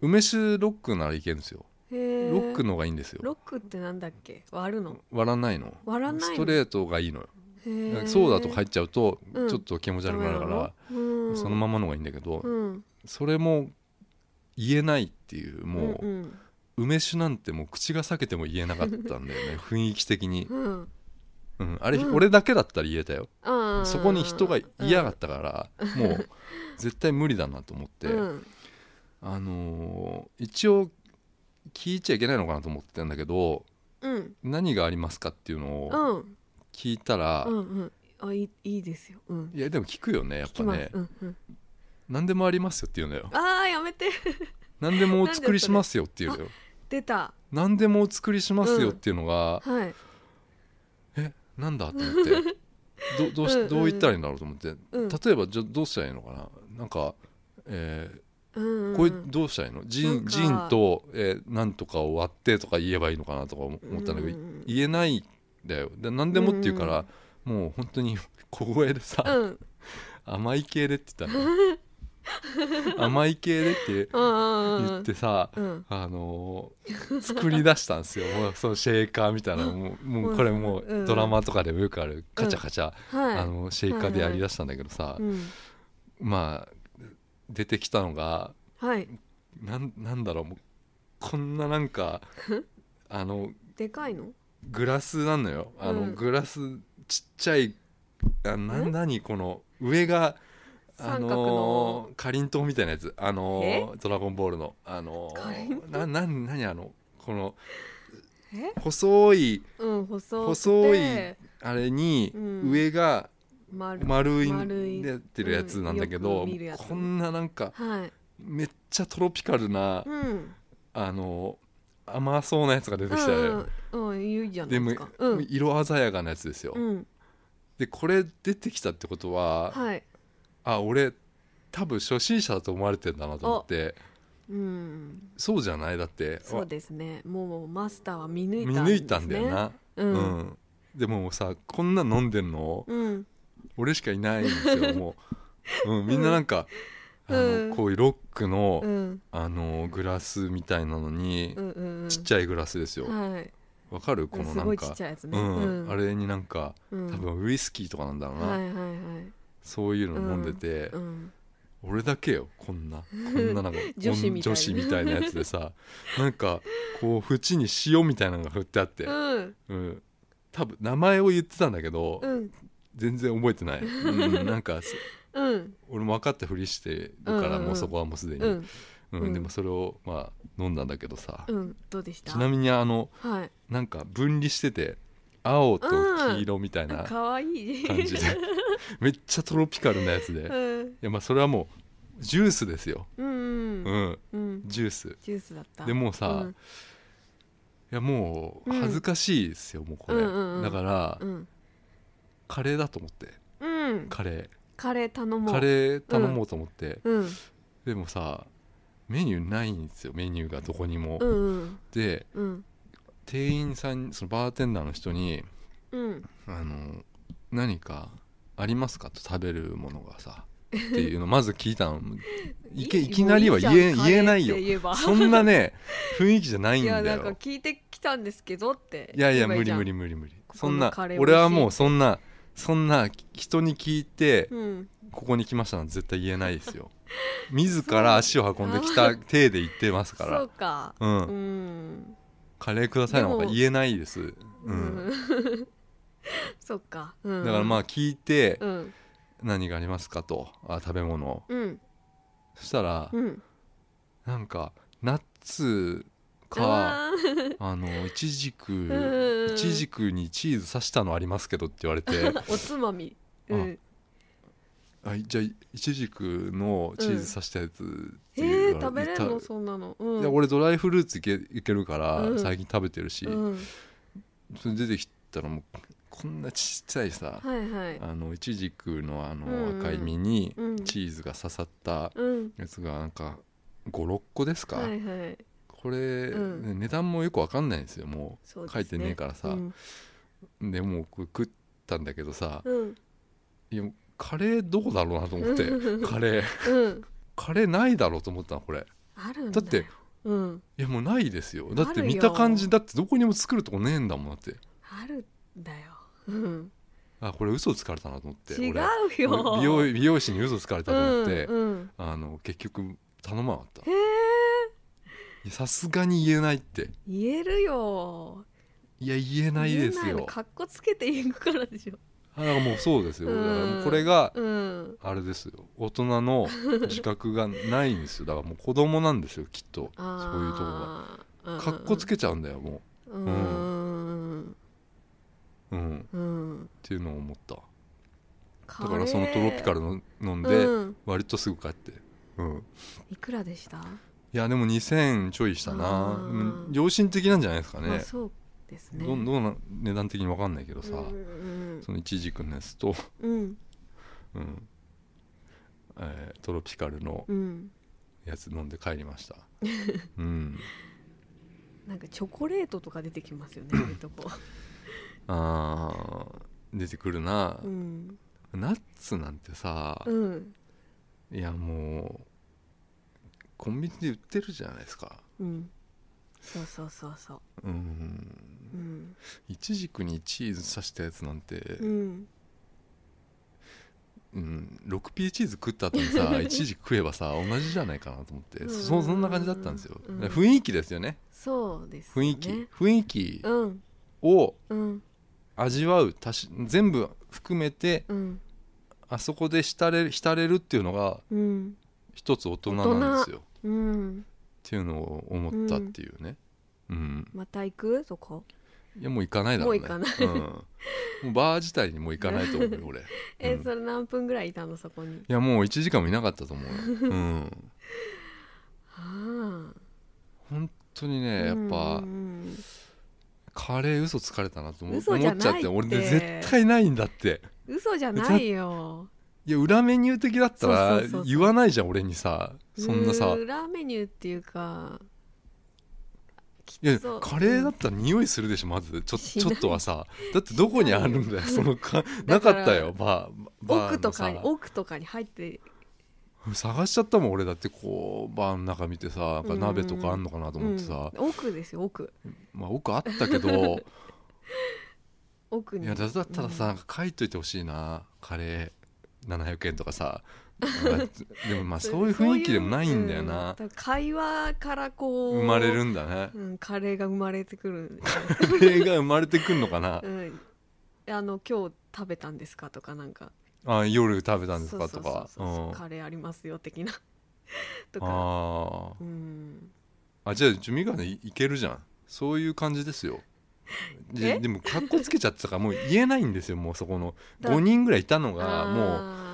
[SPEAKER 2] 梅酒ロックならいけるんですよ
[SPEAKER 1] へ
[SPEAKER 2] ロ
[SPEAKER 1] ー
[SPEAKER 2] ックの方がいいんですよ
[SPEAKER 1] ロックってなんだっけ割るの
[SPEAKER 2] 割らないの
[SPEAKER 1] 割らないの
[SPEAKER 2] ストレートがいいのよ
[SPEAKER 1] へー
[SPEAKER 2] ソーダとか入っちゃうと
[SPEAKER 1] うん
[SPEAKER 2] ちょっと気持ち悪くなるから、
[SPEAKER 1] ダメなのうん
[SPEAKER 2] そのままの方がいいんだけど、
[SPEAKER 1] うん
[SPEAKER 2] それも言えないっていうもう、
[SPEAKER 1] うん
[SPEAKER 2] 梅酒なんてもう口が裂けても言えなかったんだよね 雰囲気的に、
[SPEAKER 1] うんうん
[SPEAKER 2] うん、あれ、
[SPEAKER 1] うん
[SPEAKER 2] 俺だけだったら言えたよ、
[SPEAKER 1] あー
[SPEAKER 2] そこに人が嫌がったから、もう絶対無理だなと思って、
[SPEAKER 1] うん
[SPEAKER 2] あのー一応聞いちゃいけないのかなと思ってたんだけど
[SPEAKER 1] うん
[SPEAKER 2] 何がありますかっていうの
[SPEAKER 1] う
[SPEAKER 2] を
[SPEAKER 1] ん
[SPEAKER 2] 聞いたら、
[SPEAKER 1] うんうんあいいいいですようん
[SPEAKER 2] いやでも聞くよねやっ
[SPEAKER 1] 聞
[SPEAKER 2] ぱ
[SPEAKER 1] きます
[SPEAKER 2] ね
[SPEAKER 1] うんうん
[SPEAKER 2] 何でもありますよって言うのよ
[SPEAKER 1] あーやめて
[SPEAKER 2] 何でもお作りしますよって言うのよ
[SPEAKER 1] 出た
[SPEAKER 2] 何でもお作りしますよっていうのが、
[SPEAKER 1] はい
[SPEAKER 2] えなんだと思ってどどうし
[SPEAKER 1] うんうん
[SPEAKER 2] どう言ったらいいんだろうと思って、
[SPEAKER 1] うん
[SPEAKER 2] 例えばじゃあどうしたらいいのかななんか、え
[SPEAKER 1] うん、う
[SPEAKER 2] ー
[SPEAKER 1] ん、
[SPEAKER 2] これどうしたらいいのジ
[SPEAKER 1] なん
[SPEAKER 2] ン
[SPEAKER 1] か
[SPEAKER 2] ジンと、えーなんとかを割ってとか言えばいいのかなとか思思ったんだけど、
[SPEAKER 1] うんうんうん
[SPEAKER 2] 言えないんだよで何でもって言うから、もう本当に小声でさ、
[SPEAKER 1] うんうん
[SPEAKER 2] 甘い系でって言ったの 甘い系でって
[SPEAKER 1] うんうん
[SPEAKER 2] 言ってさ、
[SPEAKER 1] うん
[SPEAKER 2] あのー作り出したんですよもうそのシェーカーみたいなもうもうこれも
[SPEAKER 1] うんう
[SPEAKER 2] うんドラマとかでもよくあるカチャカチャ、
[SPEAKER 1] はい
[SPEAKER 2] あのシェーカーでやりだしたんだけどさ、
[SPEAKER 1] うん
[SPEAKER 2] まあ出てきたのが
[SPEAKER 1] はい
[SPEAKER 2] なんなんだろうもうこんななん かあの
[SPEAKER 1] でかいの
[SPEAKER 2] グラスなのよあの、
[SPEAKER 1] うん
[SPEAKER 2] グラスちっちゃいあな何この上があ
[SPEAKER 1] 三角
[SPEAKER 2] の
[SPEAKER 1] の
[SPEAKER 2] ーかりんとうみたいなやつあのードラゴンボールのあのー
[SPEAKER 1] かりんとう
[SPEAKER 2] なな何あのこの
[SPEAKER 1] え
[SPEAKER 2] 細い
[SPEAKER 1] うん細
[SPEAKER 2] 細い
[SPEAKER 1] で
[SPEAKER 2] あれに
[SPEAKER 1] うん
[SPEAKER 2] 上が
[SPEAKER 1] 丸
[SPEAKER 2] 丸い
[SPEAKER 1] 丸い
[SPEAKER 2] なってるやつなんだけど、
[SPEAKER 1] うんよく見るやつ
[SPEAKER 2] こんななんか
[SPEAKER 1] はい
[SPEAKER 2] めっちゃトロピカルな、
[SPEAKER 1] うん
[SPEAKER 2] あのー甘そうなやつが出てきたよ、
[SPEAKER 1] うんうんうん言うじゃな
[SPEAKER 2] で
[SPEAKER 1] いで
[SPEAKER 2] も
[SPEAKER 1] すかうん
[SPEAKER 2] 色鮮やかなやつですよ、
[SPEAKER 1] うん
[SPEAKER 2] でこれ出てきたってことは、
[SPEAKER 1] はい
[SPEAKER 2] あ俺多分初心者だと思われてんだなと思って
[SPEAKER 1] うん
[SPEAKER 2] そうじゃないだって
[SPEAKER 1] そうですねもうマスターは見抜いたん
[SPEAKER 2] 見
[SPEAKER 1] ですね
[SPEAKER 2] 抜いたんだよな、
[SPEAKER 1] う
[SPEAKER 2] うんでももうさこんな飲んでんの
[SPEAKER 1] うん
[SPEAKER 2] 俺しかいないんですよもう、うん、みんななんか、
[SPEAKER 1] うん
[SPEAKER 2] あ
[SPEAKER 1] うん
[SPEAKER 2] のこういうロックの、
[SPEAKER 1] うん
[SPEAKER 2] あのグラスみたいなのに、
[SPEAKER 1] うんうんうん
[SPEAKER 2] ちっちゃいグラスですよわ、
[SPEAKER 1] はい
[SPEAKER 2] かるこの
[SPEAKER 1] す
[SPEAKER 2] な
[SPEAKER 1] ご
[SPEAKER 2] ん
[SPEAKER 1] いちっ
[SPEAKER 2] か
[SPEAKER 1] ちゃいやつ
[SPEAKER 2] う
[SPEAKER 1] ね
[SPEAKER 2] ん
[SPEAKER 1] うん
[SPEAKER 2] あれになんか
[SPEAKER 1] 多
[SPEAKER 2] 多分ウイスキーとかなんだろうな、
[SPEAKER 1] はいはいはい
[SPEAKER 2] そういうの飲んでて、
[SPEAKER 1] うん
[SPEAKER 2] 俺だけよこんなこんななんか
[SPEAKER 1] 女子みたいな
[SPEAKER 2] 女子みたいなやつでさ なんかこう縁に塩みたいなのが振ってあって、
[SPEAKER 1] うん
[SPEAKER 2] うん、多分名前を言ってたんだけど、
[SPEAKER 1] うん
[SPEAKER 2] 全然覚えてな い、うん、なんかそ
[SPEAKER 1] うん
[SPEAKER 2] 俺も分かったふりしてるから、
[SPEAKER 1] うんうんうん
[SPEAKER 2] もうそこはもうすでに、
[SPEAKER 1] う
[SPEAKER 2] うん
[SPEAKER 1] ん
[SPEAKER 2] でもそれをまあ飲んだんだけどさ、
[SPEAKER 1] うんどうでした
[SPEAKER 2] ちなみにあの
[SPEAKER 1] はい
[SPEAKER 2] なんか分離してて青と黄色みたいな
[SPEAKER 1] 可愛い
[SPEAKER 2] 感じで、 めっちゃトロピカルなやつで、
[SPEAKER 1] う
[SPEAKER 2] い
[SPEAKER 1] ん
[SPEAKER 2] やまあそれはもうジュースですよ、
[SPEAKER 1] うんうん
[SPEAKER 2] うん、
[SPEAKER 1] うん
[SPEAKER 2] ジュース
[SPEAKER 1] ジュースだった
[SPEAKER 2] でもうさ、
[SPEAKER 1] う
[SPEAKER 2] い
[SPEAKER 1] ん
[SPEAKER 2] やもう
[SPEAKER 1] うん
[SPEAKER 2] 恥ずかしいですよ、もうこれ、
[SPEAKER 1] うんうんうん
[SPEAKER 2] だから、
[SPEAKER 1] うん
[SPEAKER 2] カレーだと思って
[SPEAKER 1] うん
[SPEAKER 2] カレー
[SPEAKER 1] カレー頼もう
[SPEAKER 2] カレー頼もうと思って、
[SPEAKER 1] うん
[SPEAKER 2] でもさメニューないんですよメニューがどこにも、
[SPEAKER 1] うんうん
[SPEAKER 2] で
[SPEAKER 1] うん
[SPEAKER 2] 店員さんそのバーテンダーの人に
[SPEAKER 1] うん
[SPEAKER 2] あの何かありますかと食べるものがさってい うのをまず聞いたのいけいきなりは言え
[SPEAKER 1] もう
[SPEAKER 2] 言えない
[SPEAKER 1] じゃんカレーって
[SPEAKER 2] よ
[SPEAKER 1] 言えば
[SPEAKER 2] そんなね雰囲気じゃないん
[SPEAKER 1] い
[SPEAKER 2] だよ
[SPEAKER 1] やなんか聞いてきたんですけどって
[SPEAKER 2] いやい
[SPEAKER 1] 言え
[SPEAKER 2] や
[SPEAKER 1] ばじ
[SPEAKER 2] 無理
[SPEAKER 1] ゃん
[SPEAKER 2] 無理無理無理
[SPEAKER 1] こ
[SPEAKER 2] そ
[SPEAKER 1] こ
[SPEAKER 2] んな
[SPEAKER 1] のカレー
[SPEAKER 2] 俺はも
[SPEAKER 1] 美
[SPEAKER 2] う
[SPEAKER 1] 味
[SPEAKER 2] そんなそんな人に聞いて
[SPEAKER 1] うん
[SPEAKER 2] ここに来ましたなんて絶対言えな いですよ自ら足を運んできた体で言ってますか
[SPEAKER 1] そう
[SPEAKER 2] ら
[SPEAKER 1] か
[SPEAKER 2] う
[SPEAKER 1] うんん
[SPEAKER 2] カレーくださいなんか
[SPEAKER 1] でも
[SPEAKER 2] 言えないですう
[SPEAKER 1] うんん そっかだ
[SPEAKER 2] だからま
[SPEAKER 1] あ
[SPEAKER 2] あ聞いて
[SPEAKER 1] うん
[SPEAKER 2] 何がありますかとあ食べ物
[SPEAKER 1] うん
[SPEAKER 2] そしたら
[SPEAKER 1] うん
[SPEAKER 2] なんかナッツか
[SPEAKER 1] あー
[SPEAKER 2] あのいちじ
[SPEAKER 1] んう
[SPEAKER 2] く
[SPEAKER 1] ん
[SPEAKER 2] いちじくにチーズ刺したのありますけどって言われて
[SPEAKER 1] おつまみうん
[SPEAKER 2] あじゃあいちじくのチーズ刺したやつって
[SPEAKER 1] え
[SPEAKER 2] い
[SPEAKER 1] ー
[SPEAKER 2] うから
[SPEAKER 1] 食べれん
[SPEAKER 2] 言
[SPEAKER 1] の
[SPEAKER 2] った
[SPEAKER 1] そんなのうん
[SPEAKER 2] いや俺ドライフルーツいけいけるから、
[SPEAKER 1] うん
[SPEAKER 2] 最近食べてるし、
[SPEAKER 1] うん
[SPEAKER 2] それ出てきたらもうこんなちっちゃいさ、
[SPEAKER 1] はいはい
[SPEAKER 2] あのイチジクのあ
[SPEAKER 1] うんう
[SPEAKER 2] の
[SPEAKER 1] ん
[SPEAKER 2] 赤い実に
[SPEAKER 1] うん
[SPEAKER 2] チーズが刺さった
[SPEAKER 1] うん
[SPEAKER 2] やつがなんか56個ですか、
[SPEAKER 1] はいはい
[SPEAKER 2] これ、
[SPEAKER 1] う
[SPEAKER 2] 値段もよくわかんないんですよもう
[SPEAKER 1] そうです
[SPEAKER 2] 書いてねえからさ、
[SPEAKER 1] うん
[SPEAKER 2] でもうこれ食ったんだけどさ、
[SPEAKER 1] うん
[SPEAKER 2] いやカレーどこだろうなと思って カレー
[SPEAKER 1] うん
[SPEAKER 2] カレーないだろうと思ったのこれ
[SPEAKER 1] あるんだ
[SPEAKER 2] だって
[SPEAKER 1] うん
[SPEAKER 2] いやもうないですよだっ
[SPEAKER 1] あ
[SPEAKER 2] て
[SPEAKER 1] るよ
[SPEAKER 2] 見た感じだってどこにも作るとこねえんだもんだって
[SPEAKER 1] あるんだようん
[SPEAKER 2] あこれ嘘つかれたなと思って
[SPEAKER 1] 違う
[SPEAKER 2] 俺
[SPEAKER 1] よ
[SPEAKER 2] 美容美容師に嘘つかれたと思って、
[SPEAKER 1] うんうん
[SPEAKER 2] あの結局頼まなかっ
[SPEAKER 1] へえ
[SPEAKER 2] たさすがに言えないって
[SPEAKER 1] 言えるよ
[SPEAKER 2] いや言えないです
[SPEAKER 1] 言えの
[SPEAKER 2] よ
[SPEAKER 1] かっこつけていくからでしょ
[SPEAKER 2] あだからもうそうですよ、
[SPEAKER 1] うん
[SPEAKER 2] だからもうこれが
[SPEAKER 1] うん
[SPEAKER 2] あれですよ大人の自覚がないんですよだからもう子供なんですよきっとそういうとこが
[SPEAKER 1] こが
[SPEAKER 2] かっこつ
[SPEAKER 1] け
[SPEAKER 2] けちゃうんだよも
[SPEAKER 1] うんうん
[SPEAKER 2] ううん
[SPEAKER 1] うん
[SPEAKER 2] っていうのを思っただからそのトロピ
[SPEAKER 1] ル
[SPEAKER 2] カルの飲んで
[SPEAKER 1] うん、
[SPEAKER 2] 割とすぐ帰って、うん、
[SPEAKER 1] いくらでした、
[SPEAKER 2] いやでも2000ちょいしたな
[SPEAKER 1] あー
[SPEAKER 2] うん良心的なんじゃないですか
[SPEAKER 1] まあ
[SPEAKER 2] ね
[SPEAKER 1] そうですね
[SPEAKER 2] どんどんな値段的に分かんないけどさ、
[SPEAKER 1] うん
[SPEAKER 2] そのイチジクのやつと、
[SPEAKER 1] うん
[SPEAKER 2] うんえートロピカルの
[SPEAKER 1] うん
[SPEAKER 2] やつ飲んで帰り ました、うん、
[SPEAKER 1] なんかチョコレートとか出てきますよねそういうと こ
[SPEAKER 2] あー出てくるな
[SPEAKER 1] う、ん
[SPEAKER 2] ナッツなんてさ、
[SPEAKER 1] うん
[SPEAKER 2] いやもうコンビニで売ってるじゃないですか
[SPEAKER 1] うんそうそうそうそう
[SPEAKER 2] うん
[SPEAKER 1] うん
[SPEAKER 2] イチジクにチーズ刺したやつなんて、
[SPEAKER 1] うん
[SPEAKER 2] うん、6P チーズ食った後に さイチジク食えばさ同じじゃないかなと思って
[SPEAKER 1] うん
[SPEAKER 2] そそんな感じだったんですよ、
[SPEAKER 1] うん
[SPEAKER 2] 雰囲気ですよね
[SPEAKER 1] そうですよ
[SPEAKER 2] 雰
[SPEAKER 1] ね
[SPEAKER 2] 囲気、雰囲気
[SPEAKER 1] うん
[SPEAKER 2] を
[SPEAKER 1] うん
[SPEAKER 2] 味わう足し全部含めて
[SPEAKER 1] うん
[SPEAKER 2] あそこで浸れ浸れるっていうのが
[SPEAKER 1] うん
[SPEAKER 2] 一つ大人なんですよっ
[SPEAKER 1] うん
[SPEAKER 2] ていうのを思ったっていうね、うん
[SPEAKER 1] また行くそこ
[SPEAKER 2] いやもう行かないだろうね、
[SPEAKER 1] もう行かない
[SPEAKER 2] うん、もうバー自体にもう行かないと思うよ 俺い
[SPEAKER 1] え、
[SPEAKER 2] うん
[SPEAKER 1] それ何分ぐらいいたのそこに
[SPEAKER 2] やもう1時間もいなかったと思うよ、うん、
[SPEAKER 1] はあ
[SPEAKER 2] 本当にねやっぱ、
[SPEAKER 1] うん
[SPEAKER 2] カレー嘘つかれたなと思
[SPEAKER 1] 嘘じ
[SPEAKER 2] 思
[SPEAKER 1] ゃ
[SPEAKER 2] っちゃ
[SPEAKER 1] ないっ
[SPEAKER 2] っ
[SPEAKER 1] てて
[SPEAKER 2] 俺ね絶対ないんだって
[SPEAKER 1] 嘘じゃないよ
[SPEAKER 2] いや裏メニュー的だったら
[SPEAKER 1] そうそうそうそう
[SPEAKER 2] 言わないじゃん俺にさそんなさ
[SPEAKER 1] 裏メニューっていうかき
[SPEAKER 2] いや
[SPEAKER 1] っと
[SPEAKER 2] カレーだったら匂いするでしょまずちょ
[SPEAKER 1] し
[SPEAKER 2] ち
[SPEAKER 1] な
[SPEAKER 2] ょ
[SPEAKER 1] い
[SPEAKER 2] っとはさだってどこにあるんだよそのか
[SPEAKER 1] だ
[SPEAKER 2] な
[SPEAKER 1] か
[SPEAKER 2] か
[SPEAKER 1] ら
[SPEAKER 2] ったよバーバ
[SPEAKER 1] 奥
[SPEAKER 2] ー
[SPEAKER 1] と
[SPEAKER 2] の
[SPEAKER 1] かに
[SPEAKER 2] さ
[SPEAKER 1] 奥とかに入って
[SPEAKER 2] 探しちゃったもん俺だってこうバーの中見てさやっぱ鍋とかあんのかなと
[SPEAKER 1] う
[SPEAKER 2] 思っ
[SPEAKER 1] ん
[SPEAKER 2] てさ、
[SPEAKER 1] 奥ですよ奥
[SPEAKER 2] まあ奥あったけど
[SPEAKER 1] 奥に
[SPEAKER 2] いやだだったらさ、
[SPEAKER 1] う
[SPEAKER 2] なんんか書いといてほしいなカレー700円と かさなんかでもまあそういう雰囲気でもないんだよな、
[SPEAKER 1] そういううんだから会話からこう
[SPEAKER 2] 生まれるんだね
[SPEAKER 1] うんカレーが生まれてくる
[SPEAKER 2] カレーが生まれてくんの かな
[SPEAKER 1] うんあの今日食べたんですかとかなんか
[SPEAKER 2] あ夜食べたんですか
[SPEAKER 1] そ
[SPEAKER 2] と
[SPEAKER 1] うそうそう
[SPEAKER 2] か
[SPEAKER 1] そうそうカレーありますよ 的なと
[SPEAKER 2] うん
[SPEAKER 1] か
[SPEAKER 2] あ
[SPEAKER 1] うん
[SPEAKER 2] ーあじゃあジュミガネいけるじゃんそういう感じですよで
[SPEAKER 1] え
[SPEAKER 2] でもかっこつけちゃってたからもう言えないんですよもうそこの
[SPEAKER 1] だ
[SPEAKER 2] 5人ぐらいいたのがもう
[SPEAKER 1] あ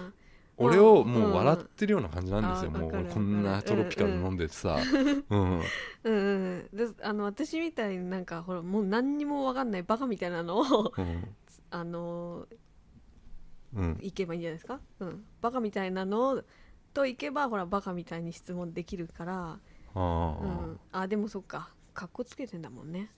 [SPEAKER 2] 俺を
[SPEAKER 1] うん
[SPEAKER 2] もう笑ってるような感じなんですよ、
[SPEAKER 1] うん
[SPEAKER 2] も
[SPEAKER 1] あ
[SPEAKER 2] う
[SPEAKER 1] ーわかる
[SPEAKER 2] こんな
[SPEAKER 1] わか
[SPEAKER 2] ト
[SPEAKER 1] る
[SPEAKER 2] ロピカル飲んでてさ、うん、
[SPEAKER 1] ーうんうんうんであの私みたいになんかほらもう何にも分かんないバカみたいなのを
[SPEAKER 2] うん
[SPEAKER 1] あのー
[SPEAKER 2] うん、
[SPEAKER 1] 行けばいいんじゃないですか、うん、バカみたいなのと行けばほらバカみたいに質問できるから、
[SPEAKER 2] あ
[SPEAKER 1] う
[SPEAKER 2] ー、
[SPEAKER 1] ん、あでもそっか格好つけてんだもんね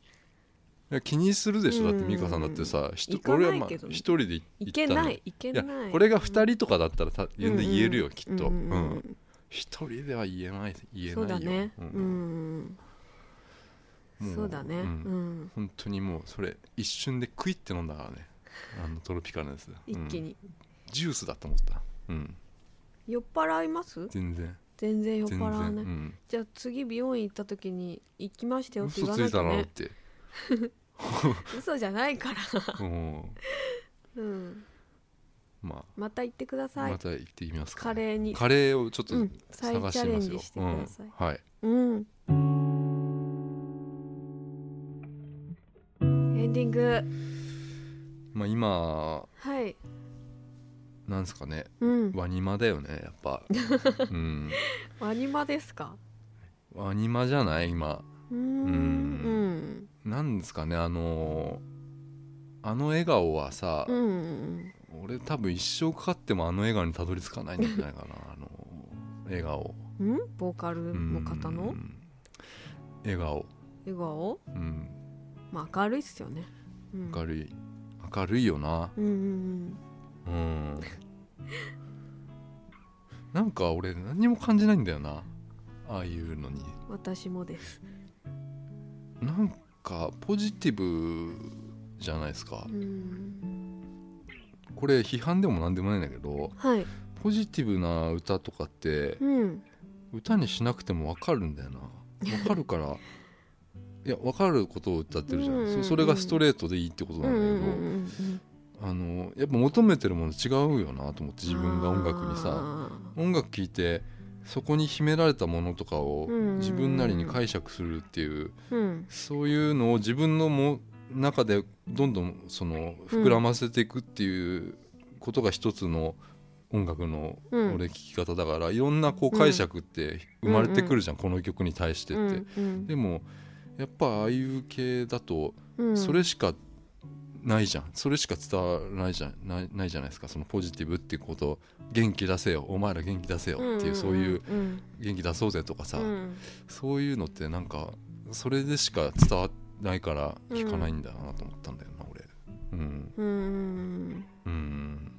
[SPEAKER 2] いや気にするでしょだって
[SPEAKER 1] うん
[SPEAKER 2] 美香さんだってさ、ひと
[SPEAKER 1] 行かない
[SPEAKER 2] 俺はまあ
[SPEAKER 1] けど
[SPEAKER 2] 一
[SPEAKER 1] ね
[SPEAKER 2] 人で行
[SPEAKER 1] い
[SPEAKER 2] 行
[SPEAKER 1] け
[SPEAKER 2] ったの
[SPEAKER 1] な
[SPEAKER 2] よ
[SPEAKER 1] いいけ
[SPEAKER 2] いや
[SPEAKER 1] ない
[SPEAKER 2] これが2人とかだったらた全然言えるよ、
[SPEAKER 1] うんうん
[SPEAKER 2] きっと、う
[SPEAKER 1] うんんうん
[SPEAKER 2] 一人では言えない言え
[SPEAKER 1] そう
[SPEAKER 2] な
[SPEAKER 1] だ
[SPEAKER 2] いよ
[SPEAKER 1] ねう
[SPEAKER 2] うんん
[SPEAKER 1] うんう
[SPEAKER 2] も
[SPEAKER 1] ん
[SPEAKER 2] う
[SPEAKER 1] そうだね
[SPEAKER 2] う
[SPEAKER 1] うんん
[SPEAKER 2] 本当にもうそれ一瞬でクイって飲んだからねあのトロピカルのやつ、
[SPEAKER 1] 一気
[SPEAKER 2] うん
[SPEAKER 1] に
[SPEAKER 2] ジュースだと思ったうん
[SPEAKER 1] 酔っ払います
[SPEAKER 2] 全然
[SPEAKER 1] 全然酔っ
[SPEAKER 2] 全
[SPEAKER 1] 払
[SPEAKER 2] 然、
[SPEAKER 1] わない、
[SPEAKER 2] うん、
[SPEAKER 1] じゃあ次美容院行った時に「行きましたよ」って
[SPEAKER 2] 嘘
[SPEAKER 1] 言わないい
[SPEAKER 2] つた
[SPEAKER 1] と
[SPEAKER 2] なっ
[SPEAKER 1] ね
[SPEAKER 2] て、
[SPEAKER 1] 嘘じゃないから、
[SPEAKER 2] うん、
[SPEAKER 1] うん、
[SPEAKER 2] ま
[SPEAKER 1] また行ってくだ
[SPEAKER 2] あ
[SPEAKER 1] さい、
[SPEAKER 2] また行ってみますか、
[SPEAKER 1] カレーに
[SPEAKER 2] カレーをちょっと
[SPEAKER 1] うん再
[SPEAKER 2] 探してみます
[SPEAKER 1] チャレンジ
[SPEAKER 2] よ
[SPEAKER 1] してください
[SPEAKER 2] うんはい
[SPEAKER 1] うんエンディング
[SPEAKER 2] まあ今
[SPEAKER 1] はい
[SPEAKER 2] なんですかね
[SPEAKER 1] うん
[SPEAKER 2] ワニマだよねやっ ぱうん
[SPEAKER 1] ワニマですか
[SPEAKER 2] ワニマじゃない今
[SPEAKER 1] うーんうん
[SPEAKER 2] なんですかねあのーあの笑顔はさ、
[SPEAKER 1] うんうん
[SPEAKER 2] 俺多分一生かかってもあの笑顔にたどり着かないんじゃないか なあの笑顔
[SPEAKER 1] うんんボーカルの方
[SPEAKER 2] う
[SPEAKER 1] の
[SPEAKER 2] ん笑顔、
[SPEAKER 1] 笑顔
[SPEAKER 2] うん、
[SPEAKER 1] まあ明るいっすよね、うん、
[SPEAKER 2] 明るい明るいよな
[SPEAKER 1] うんうん
[SPEAKER 2] うんなんか俺何にも感じないんだよなああいうのに
[SPEAKER 1] うん私もです
[SPEAKER 2] なんかポジティブじゃないですか
[SPEAKER 1] うん
[SPEAKER 2] これ批判でも何でもないんだけど
[SPEAKER 1] はい
[SPEAKER 2] ポジティブな歌とかって
[SPEAKER 1] うん
[SPEAKER 2] 歌にしなくても分かるんだよな分かるからいや分かることを歌ってるじゃ
[SPEAKER 1] うんうん
[SPEAKER 2] ん
[SPEAKER 1] う
[SPEAKER 2] そ
[SPEAKER 1] ん
[SPEAKER 2] それがストレートでいいってこと
[SPEAKER 1] う
[SPEAKER 2] なん
[SPEAKER 1] うんん
[SPEAKER 2] だけど、
[SPEAKER 1] うんうん
[SPEAKER 2] あのやっぱ求めてるもの違うよなと思って自分が音楽にさ
[SPEAKER 1] あ
[SPEAKER 2] 音楽聴いてそこに秘められたものとかを
[SPEAKER 1] うんうんうん
[SPEAKER 2] 自分なりに解釈するっていう
[SPEAKER 1] ーうん
[SPEAKER 2] そういうのを自分のも中でどんどんその膨らませていくっていうことが一つの音楽の
[SPEAKER 1] うん
[SPEAKER 2] 俺聞き方だから、いろんなこう解釈って生まれてくるじゃん、この曲に対してって、
[SPEAKER 1] うん
[SPEAKER 2] でもやっぱああいう系だと
[SPEAKER 1] うん
[SPEAKER 2] それしかないじゃん、それしか伝わらないじゃんないないじゃないですかそのポジティブっていうこと元気出せよお前ら元気出せよっていう,、そういう
[SPEAKER 1] うん
[SPEAKER 2] 元気出そうぜとかさ、
[SPEAKER 1] うん
[SPEAKER 2] そういうのってなんかそれでしか伝わらないから聞かないんだなと思ったんだよな、俺うん
[SPEAKER 1] うん
[SPEAKER 2] うん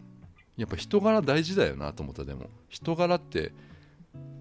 [SPEAKER 2] やっぱ人柄大事だよなと思ったでも人柄って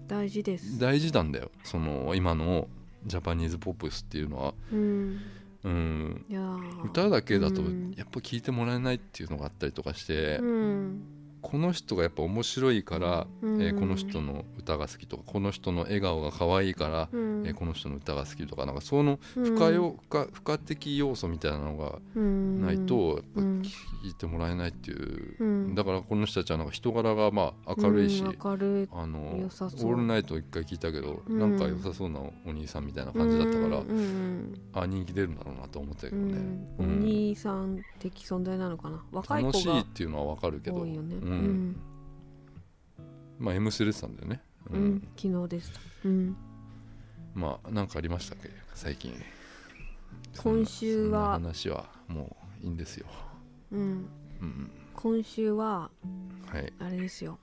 [SPEAKER 1] 大事です
[SPEAKER 2] 大事なんだよその今のジャパニーズポップスっていうのは
[SPEAKER 1] うん
[SPEAKER 2] うん
[SPEAKER 1] いやー
[SPEAKER 2] 歌だけだと
[SPEAKER 1] うん
[SPEAKER 2] やっぱ聞いてもらえないっていうのがあったりとかして、
[SPEAKER 1] うん
[SPEAKER 2] この人がやっぱ面白いから、
[SPEAKER 1] うん
[SPEAKER 2] えーこの人の歌が好きとかこの人の笑顔が可愛いから、
[SPEAKER 1] うん
[SPEAKER 2] えーこの人の歌が好きとかなんかその不可要不可不可的要素みたいなのが
[SPEAKER 1] うん
[SPEAKER 2] ないとやっぱ
[SPEAKER 1] うん
[SPEAKER 2] 聞いてもらえないっていう、
[SPEAKER 1] うん
[SPEAKER 2] だからこの人たちはなんか人柄がまあ明るいし、
[SPEAKER 1] うん明るい
[SPEAKER 2] あの
[SPEAKER 1] 良
[SPEAKER 2] オ
[SPEAKER 1] さそう
[SPEAKER 2] ールナイト一回聞いたけど、
[SPEAKER 1] うん
[SPEAKER 2] なんか良さそうなお兄さんみたいな感じだったから、
[SPEAKER 1] うんうん
[SPEAKER 2] あ人気出るんだろうなと思ったけ
[SPEAKER 1] う
[SPEAKER 2] どね、
[SPEAKER 1] んお
[SPEAKER 2] うん
[SPEAKER 1] 兄さん的存在なのかな若い子
[SPEAKER 2] 楽しい
[SPEAKER 1] が
[SPEAKER 2] っていうのはわかるけど
[SPEAKER 1] 多いよね
[SPEAKER 2] う
[SPEAKER 1] うんん
[SPEAKER 2] まあ M スレてたんだよね、う
[SPEAKER 1] うんん昨日でしたうん
[SPEAKER 2] まあなんかありましたっけ最近
[SPEAKER 1] 今週は
[SPEAKER 2] そんなそんな話はもういいんですよ、
[SPEAKER 1] うん
[SPEAKER 2] うん
[SPEAKER 1] 今週は
[SPEAKER 2] はい
[SPEAKER 1] あれですよ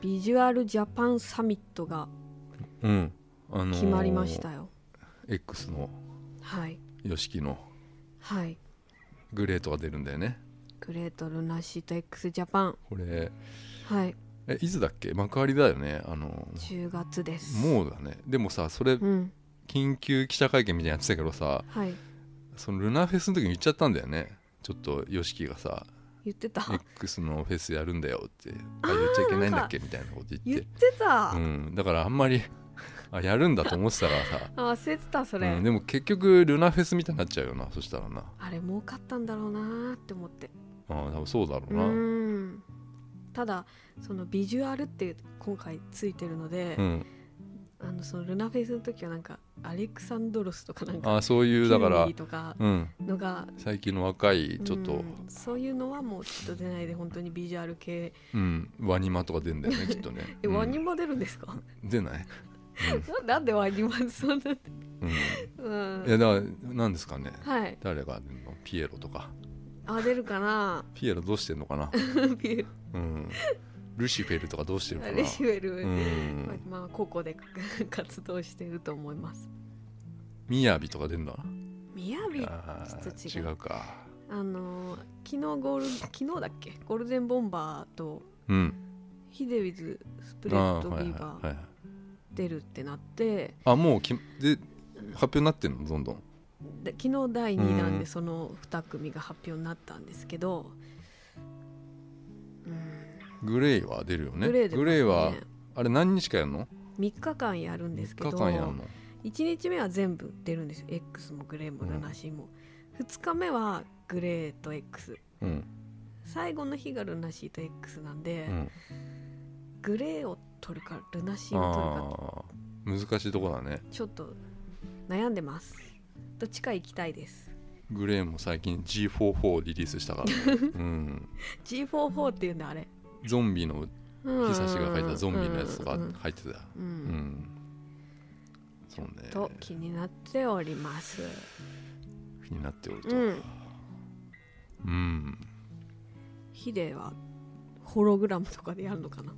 [SPEAKER 1] ビジュアルジャパンサミットが
[SPEAKER 2] うんあのー
[SPEAKER 1] 決まりましたよ、
[SPEAKER 2] X の
[SPEAKER 1] はい
[SPEAKER 2] YOSHIKI の
[SPEAKER 1] はい
[SPEAKER 2] グレートが出るんだよね
[SPEAKER 1] グレートルナシート x ジャパン
[SPEAKER 2] これ
[SPEAKER 1] はい
[SPEAKER 2] えいつだっけ幕張だよねあの
[SPEAKER 1] 10月ですう
[SPEAKER 2] もうだねでもさそれ
[SPEAKER 1] うん
[SPEAKER 2] 緊急記者会見みたいなのやってたけどさ
[SPEAKER 1] はい
[SPEAKER 2] そのルナフェスの時に言っちゃったんだよねちょっと YOSHIKI がさ
[SPEAKER 1] 言ってた
[SPEAKER 2] X のフェスやるんだよってあ言っちゃいけないんだっけみたいなこと言
[SPEAKER 1] 言
[SPEAKER 2] っ
[SPEAKER 1] っててた、
[SPEAKER 2] うん、だからあんまり あやるんだと思ってたからさ、
[SPEAKER 1] あ忘れてたそれ、
[SPEAKER 2] うん、でも結局ルナフェスみたいになっちゃうよなそしたらな
[SPEAKER 1] あれ儲かったんだろうなーって思って
[SPEAKER 2] あー多分そうだろ
[SPEAKER 1] う
[SPEAKER 2] うなうん、
[SPEAKER 1] んただそのビジュアルって今回ついてるので、あのそのルナフェイスの時はなんかアレクサンドロスとかなん
[SPEAKER 2] あ
[SPEAKER 1] か
[SPEAKER 2] ーそういうだか
[SPEAKER 1] キュ
[SPEAKER 2] ら
[SPEAKER 1] ウリ、とか
[SPEAKER 2] うん、
[SPEAKER 1] のが
[SPEAKER 2] 最近の若いちょっと、
[SPEAKER 1] うんそういうのはもうちょっと出ないで本当にビジュアル系
[SPEAKER 2] うんワニマとか出んだ よねきっとね
[SPEAKER 1] え、ワニ
[SPEAKER 2] マ
[SPEAKER 1] マ出るんですか、
[SPEAKER 2] 出ない、
[SPEAKER 1] ななんでワニマそんな
[SPEAKER 2] うん、
[SPEAKER 1] うん
[SPEAKER 2] いやだから何ですかね
[SPEAKER 1] はい
[SPEAKER 2] 誰が出るのピエロとか
[SPEAKER 1] あ出るかな
[SPEAKER 2] ピエロどうしてんのかな、
[SPEAKER 1] ビエル
[SPEAKER 2] うん、ルシフェルとかどうしてるのかな
[SPEAKER 1] レシウェル、
[SPEAKER 2] うん
[SPEAKER 1] まあ個々で 活動してると思います
[SPEAKER 2] みやびとか出るのか
[SPEAKER 1] みやび
[SPEAKER 2] な
[SPEAKER 1] あ
[SPEAKER 2] あー
[SPEAKER 1] ちょっと違う
[SPEAKER 2] 違うか
[SPEAKER 1] のー昨日ゴール昨日だっけゴールデンボンバーと
[SPEAKER 2] うん
[SPEAKER 1] ヒデウィズスプ
[SPEAKER 2] あ
[SPEAKER 1] レッ
[SPEAKER 2] ー
[SPEAKER 1] ドビ
[SPEAKER 2] はい
[SPEAKER 1] ーバ
[SPEAKER 2] はい
[SPEAKER 1] ー
[SPEAKER 2] はい
[SPEAKER 1] 出るってなって
[SPEAKER 2] あもうきで発表になってんのどんどん
[SPEAKER 1] で昨日第2弾
[SPEAKER 2] うん
[SPEAKER 1] でその2組が発表になったんですけど、うん
[SPEAKER 2] グレイは出るよね
[SPEAKER 1] グレーで、ね、
[SPEAKER 2] はあれ何日かやるの
[SPEAKER 1] 3日間やるんですけど
[SPEAKER 2] 日間やるの
[SPEAKER 1] 1日目は全部出るんですよ X もグレーもルナシーも、2日目はグレーと X
[SPEAKER 2] うん
[SPEAKER 1] 最後の日がルナシーと X なんで、
[SPEAKER 2] うん
[SPEAKER 1] グレーを取るかルナシーを取るか
[SPEAKER 2] あー難しいとこだね
[SPEAKER 1] ちょっと悩んでますどっちか行きたいです
[SPEAKER 2] グレイも最近 G44 リリースした から、ね、うん、
[SPEAKER 1] G44 っていうんだあれ
[SPEAKER 2] ゾンビの
[SPEAKER 1] 日
[SPEAKER 2] 日差しが書いたゾンビのやつとか
[SPEAKER 1] うん
[SPEAKER 2] 入ってた
[SPEAKER 1] うん
[SPEAKER 2] うん、そうね
[SPEAKER 1] と気になっております
[SPEAKER 2] 気になっておると
[SPEAKER 1] うん
[SPEAKER 2] うん
[SPEAKER 1] ヒデはホログラムとかでやるのかな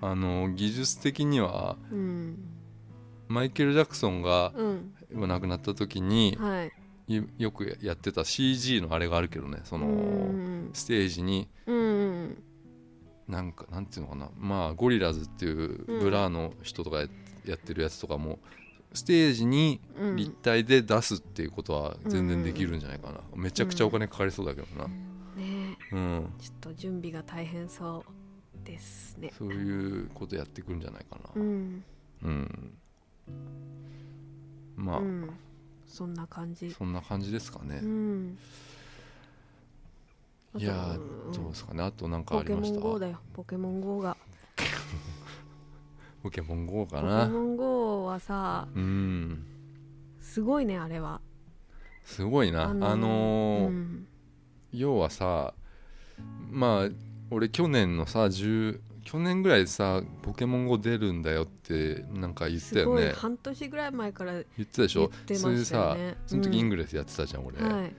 [SPEAKER 2] あの技術的には
[SPEAKER 1] うん
[SPEAKER 2] マイケル・ジャクソンが
[SPEAKER 1] うん
[SPEAKER 2] 亡くなった時に、
[SPEAKER 1] はい
[SPEAKER 2] いよくやってた CG のあれがあるけどねその
[SPEAKER 1] うん
[SPEAKER 2] ステージに
[SPEAKER 1] うんうん
[SPEAKER 2] なんかなんていうのかなまあゴリラズっていう
[SPEAKER 1] うん
[SPEAKER 2] ブラーの人とかややってるやつとかもステージに
[SPEAKER 1] うん
[SPEAKER 2] 立体で出すっていうことは全然できるんじゃないかな、めちゃくちゃお金かかりそうだけどな
[SPEAKER 1] ねえ
[SPEAKER 2] うん、
[SPEAKER 1] ちょっと準備が大変そうですね
[SPEAKER 2] そういうことやってくるんじゃないか
[SPEAKER 1] う
[SPEAKER 2] な、
[SPEAKER 1] ん
[SPEAKER 2] うん、まあ、
[SPEAKER 1] うんそんな感じ
[SPEAKER 2] そんな感じですかね、
[SPEAKER 1] うんあと
[SPEAKER 2] いやー
[SPEAKER 1] うん
[SPEAKER 2] どうですかねあとなんか
[SPEAKER 1] ポ
[SPEAKER 2] あり
[SPEAKER 1] ケ
[SPEAKER 2] ま
[SPEAKER 1] モ
[SPEAKER 2] し
[SPEAKER 1] ン
[SPEAKER 2] た
[SPEAKER 1] GO だよポケモン GO が
[SPEAKER 2] ポケモン GO
[SPEAKER 1] ポ
[SPEAKER 2] か
[SPEAKER 1] ケ
[SPEAKER 2] な
[SPEAKER 1] モン GO はさ
[SPEAKER 2] うん
[SPEAKER 1] すごいねあれは
[SPEAKER 2] すごいなあのー
[SPEAKER 1] うん
[SPEAKER 2] 要はさまあ俺去年のさ10去年ぐらいさ「ポケモン GO 出るんだよ」ってなんか言ってた
[SPEAKER 1] す
[SPEAKER 2] よ
[SPEAKER 1] ごい
[SPEAKER 2] ね
[SPEAKER 1] 半年ぐらい前から言っ
[SPEAKER 2] 言ってたでしょ
[SPEAKER 1] てま
[SPEAKER 2] それで
[SPEAKER 1] したよ
[SPEAKER 2] さ
[SPEAKER 1] ね。
[SPEAKER 2] その時イン
[SPEAKER 1] グ
[SPEAKER 2] グレスやってたじゃん俺、
[SPEAKER 1] はい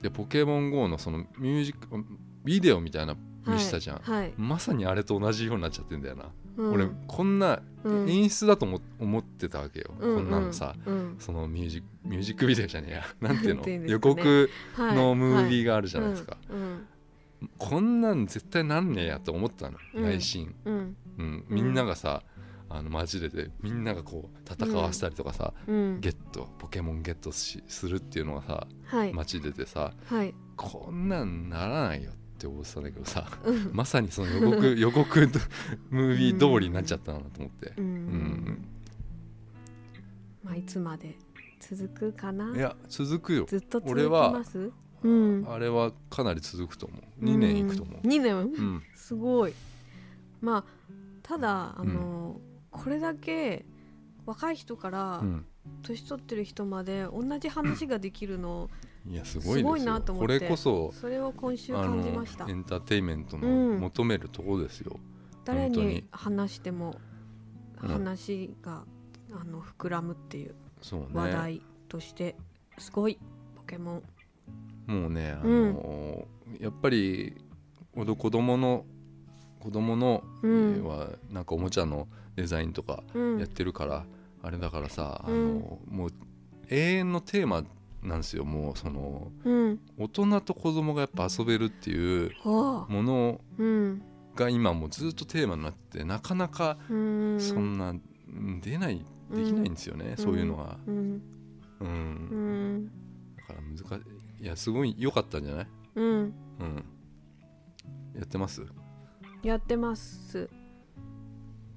[SPEAKER 2] で「ポケモン GO」のそのミュージックビデオみたいな見したじゃん、
[SPEAKER 1] はい。
[SPEAKER 2] まさにあれと同じようになっちゃってんだよな、
[SPEAKER 1] うん
[SPEAKER 2] 俺こんな
[SPEAKER 1] うん
[SPEAKER 2] 演出だと思思ってたわけよ、
[SPEAKER 1] うん
[SPEAKER 2] こんなのさ、
[SPEAKER 1] うん
[SPEAKER 2] そのミュージックミュージックビデオじゃねえや なんてい
[SPEAKER 1] な
[SPEAKER 2] う
[SPEAKER 1] ん
[SPEAKER 2] の
[SPEAKER 1] ていうんです
[SPEAKER 2] 予
[SPEAKER 1] かね
[SPEAKER 2] 告
[SPEAKER 1] はい
[SPEAKER 2] のムービ
[SPEAKER 1] ー
[SPEAKER 2] ーがあるじゃないですか、。
[SPEAKER 1] うん
[SPEAKER 2] こんなん絶対なんねえやと思ってたの、
[SPEAKER 1] うん
[SPEAKER 2] 内心、
[SPEAKER 1] うん
[SPEAKER 2] うん、みんながさあの交れてみんながこう戦わせたりとかさ、
[SPEAKER 1] うん。
[SPEAKER 2] ゲットポケモンゲットしするっていうのがさ
[SPEAKER 1] はい
[SPEAKER 2] 街出てさ
[SPEAKER 1] はい。
[SPEAKER 2] こんなんならないよって思ってたんだけどさ
[SPEAKER 1] うん
[SPEAKER 2] まさにその予 告予告とムービー通りになっちゃったなと思って
[SPEAKER 1] う、
[SPEAKER 2] うん。
[SPEAKER 1] ん。まあいつまで続くかない
[SPEAKER 2] や続くよ
[SPEAKER 1] ずっと続
[SPEAKER 2] 俺
[SPEAKER 1] き
[SPEAKER 2] は
[SPEAKER 1] ます。うん。
[SPEAKER 2] あれはかなり続くと思う2年いくと思う、
[SPEAKER 1] 2年
[SPEAKER 2] うん
[SPEAKER 1] すごいまあただあの、これだけ若い人から
[SPEAKER 2] うん
[SPEAKER 1] 年取ってる人まで同じ話ができるの、
[SPEAKER 2] いやすごいです
[SPEAKER 1] す
[SPEAKER 2] よ
[SPEAKER 1] ごいなと思
[SPEAKER 2] こ
[SPEAKER 1] って
[SPEAKER 2] れこそ
[SPEAKER 1] それを今週
[SPEAKER 2] あ
[SPEAKER 1] 感じ
[SPEAKER 2] の
[SPEAKER 1] ました
[SPEAKER 2] エンターテインメントの
[SPEAKER 1] うん
[SPEAKER 2] 求めるところですよ、
[SPEAKER 1] 誰
[SPEAKER 2] 本当
[SPEAKER 1] に
[SPEAKER 2] に
[SPEAKER 1] 話しても
[SPEAKER 2] うん
[SPEAKER 1] 話が、あの膨らむっていう
[SPEAKER 2] そうね
[SPEAKER 1] 話題としてすごいポケモン
[SPEAKER 2] もうね、あのやっぱり子ど子供の子供の、
[SPEAKER 1] うん
[SPEAKER 2] はなんかおもちゃのデザインとか
[SPEAKER 1] うん
[SPEAKER 2] やってるから、あれだからさ、
[SPEAKER 1] うん
[SPEAKER 2] あのもう永遠のテーマなんですよもうその
[SPEAKER 1] うん
[SPEAKER 2] 大人と子供がやっぱ遊べるっていう
[SPEAKER 1] はあ
[SPEAKER 2] もの
[SPEAKER 1] うん
[SPEAKER 2] が今もうずっとテーマになっててなかなか
[SPEAKER 1] うん
[SPEAKER 2] そんなうん出ないできないんですよね、そういうのは。
[SPEAKER 1] うんう
[SPEAKER 2] うん
[SPEAKER 1] ん
[SPEAKER 2] だから難しいいやすごい良かったんじゃない、
[SPEAKER 1] うん
[SPEAKER 2] うん、やってます
[SPEAKER 1] やってます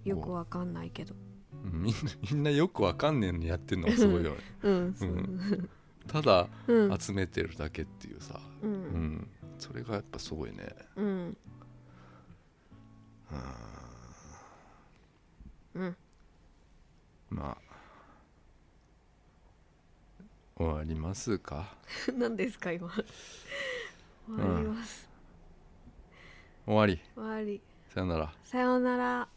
[SPEAKER 1] よくわかんないけど
[SPEAKER 2] みんなみんなよくわかんねえのにやってんのがすごいよね
[SPEAKER 1] うんそううん
[SPEAKER 2] ただ
[SPEAKER 1] うん
[SPEAKER 2] 集めてるだけっていうさ、
[SPEAKER 1] う
[SPEAKER 2] うんん、それがやっぱすごいね
[SPEAKER 1] うん
[SPEAKER 2] うん
[SPEAKER 1] うん
[SPEAKER 2] まあ終わりますか
[SPEAKER 1] 何ですか今終わります
[SPEAKER 2] 終わり
[SPEAKER 1] 終わり
[SPEAKER 2] さよなら
[SPEAKER 1] さようなら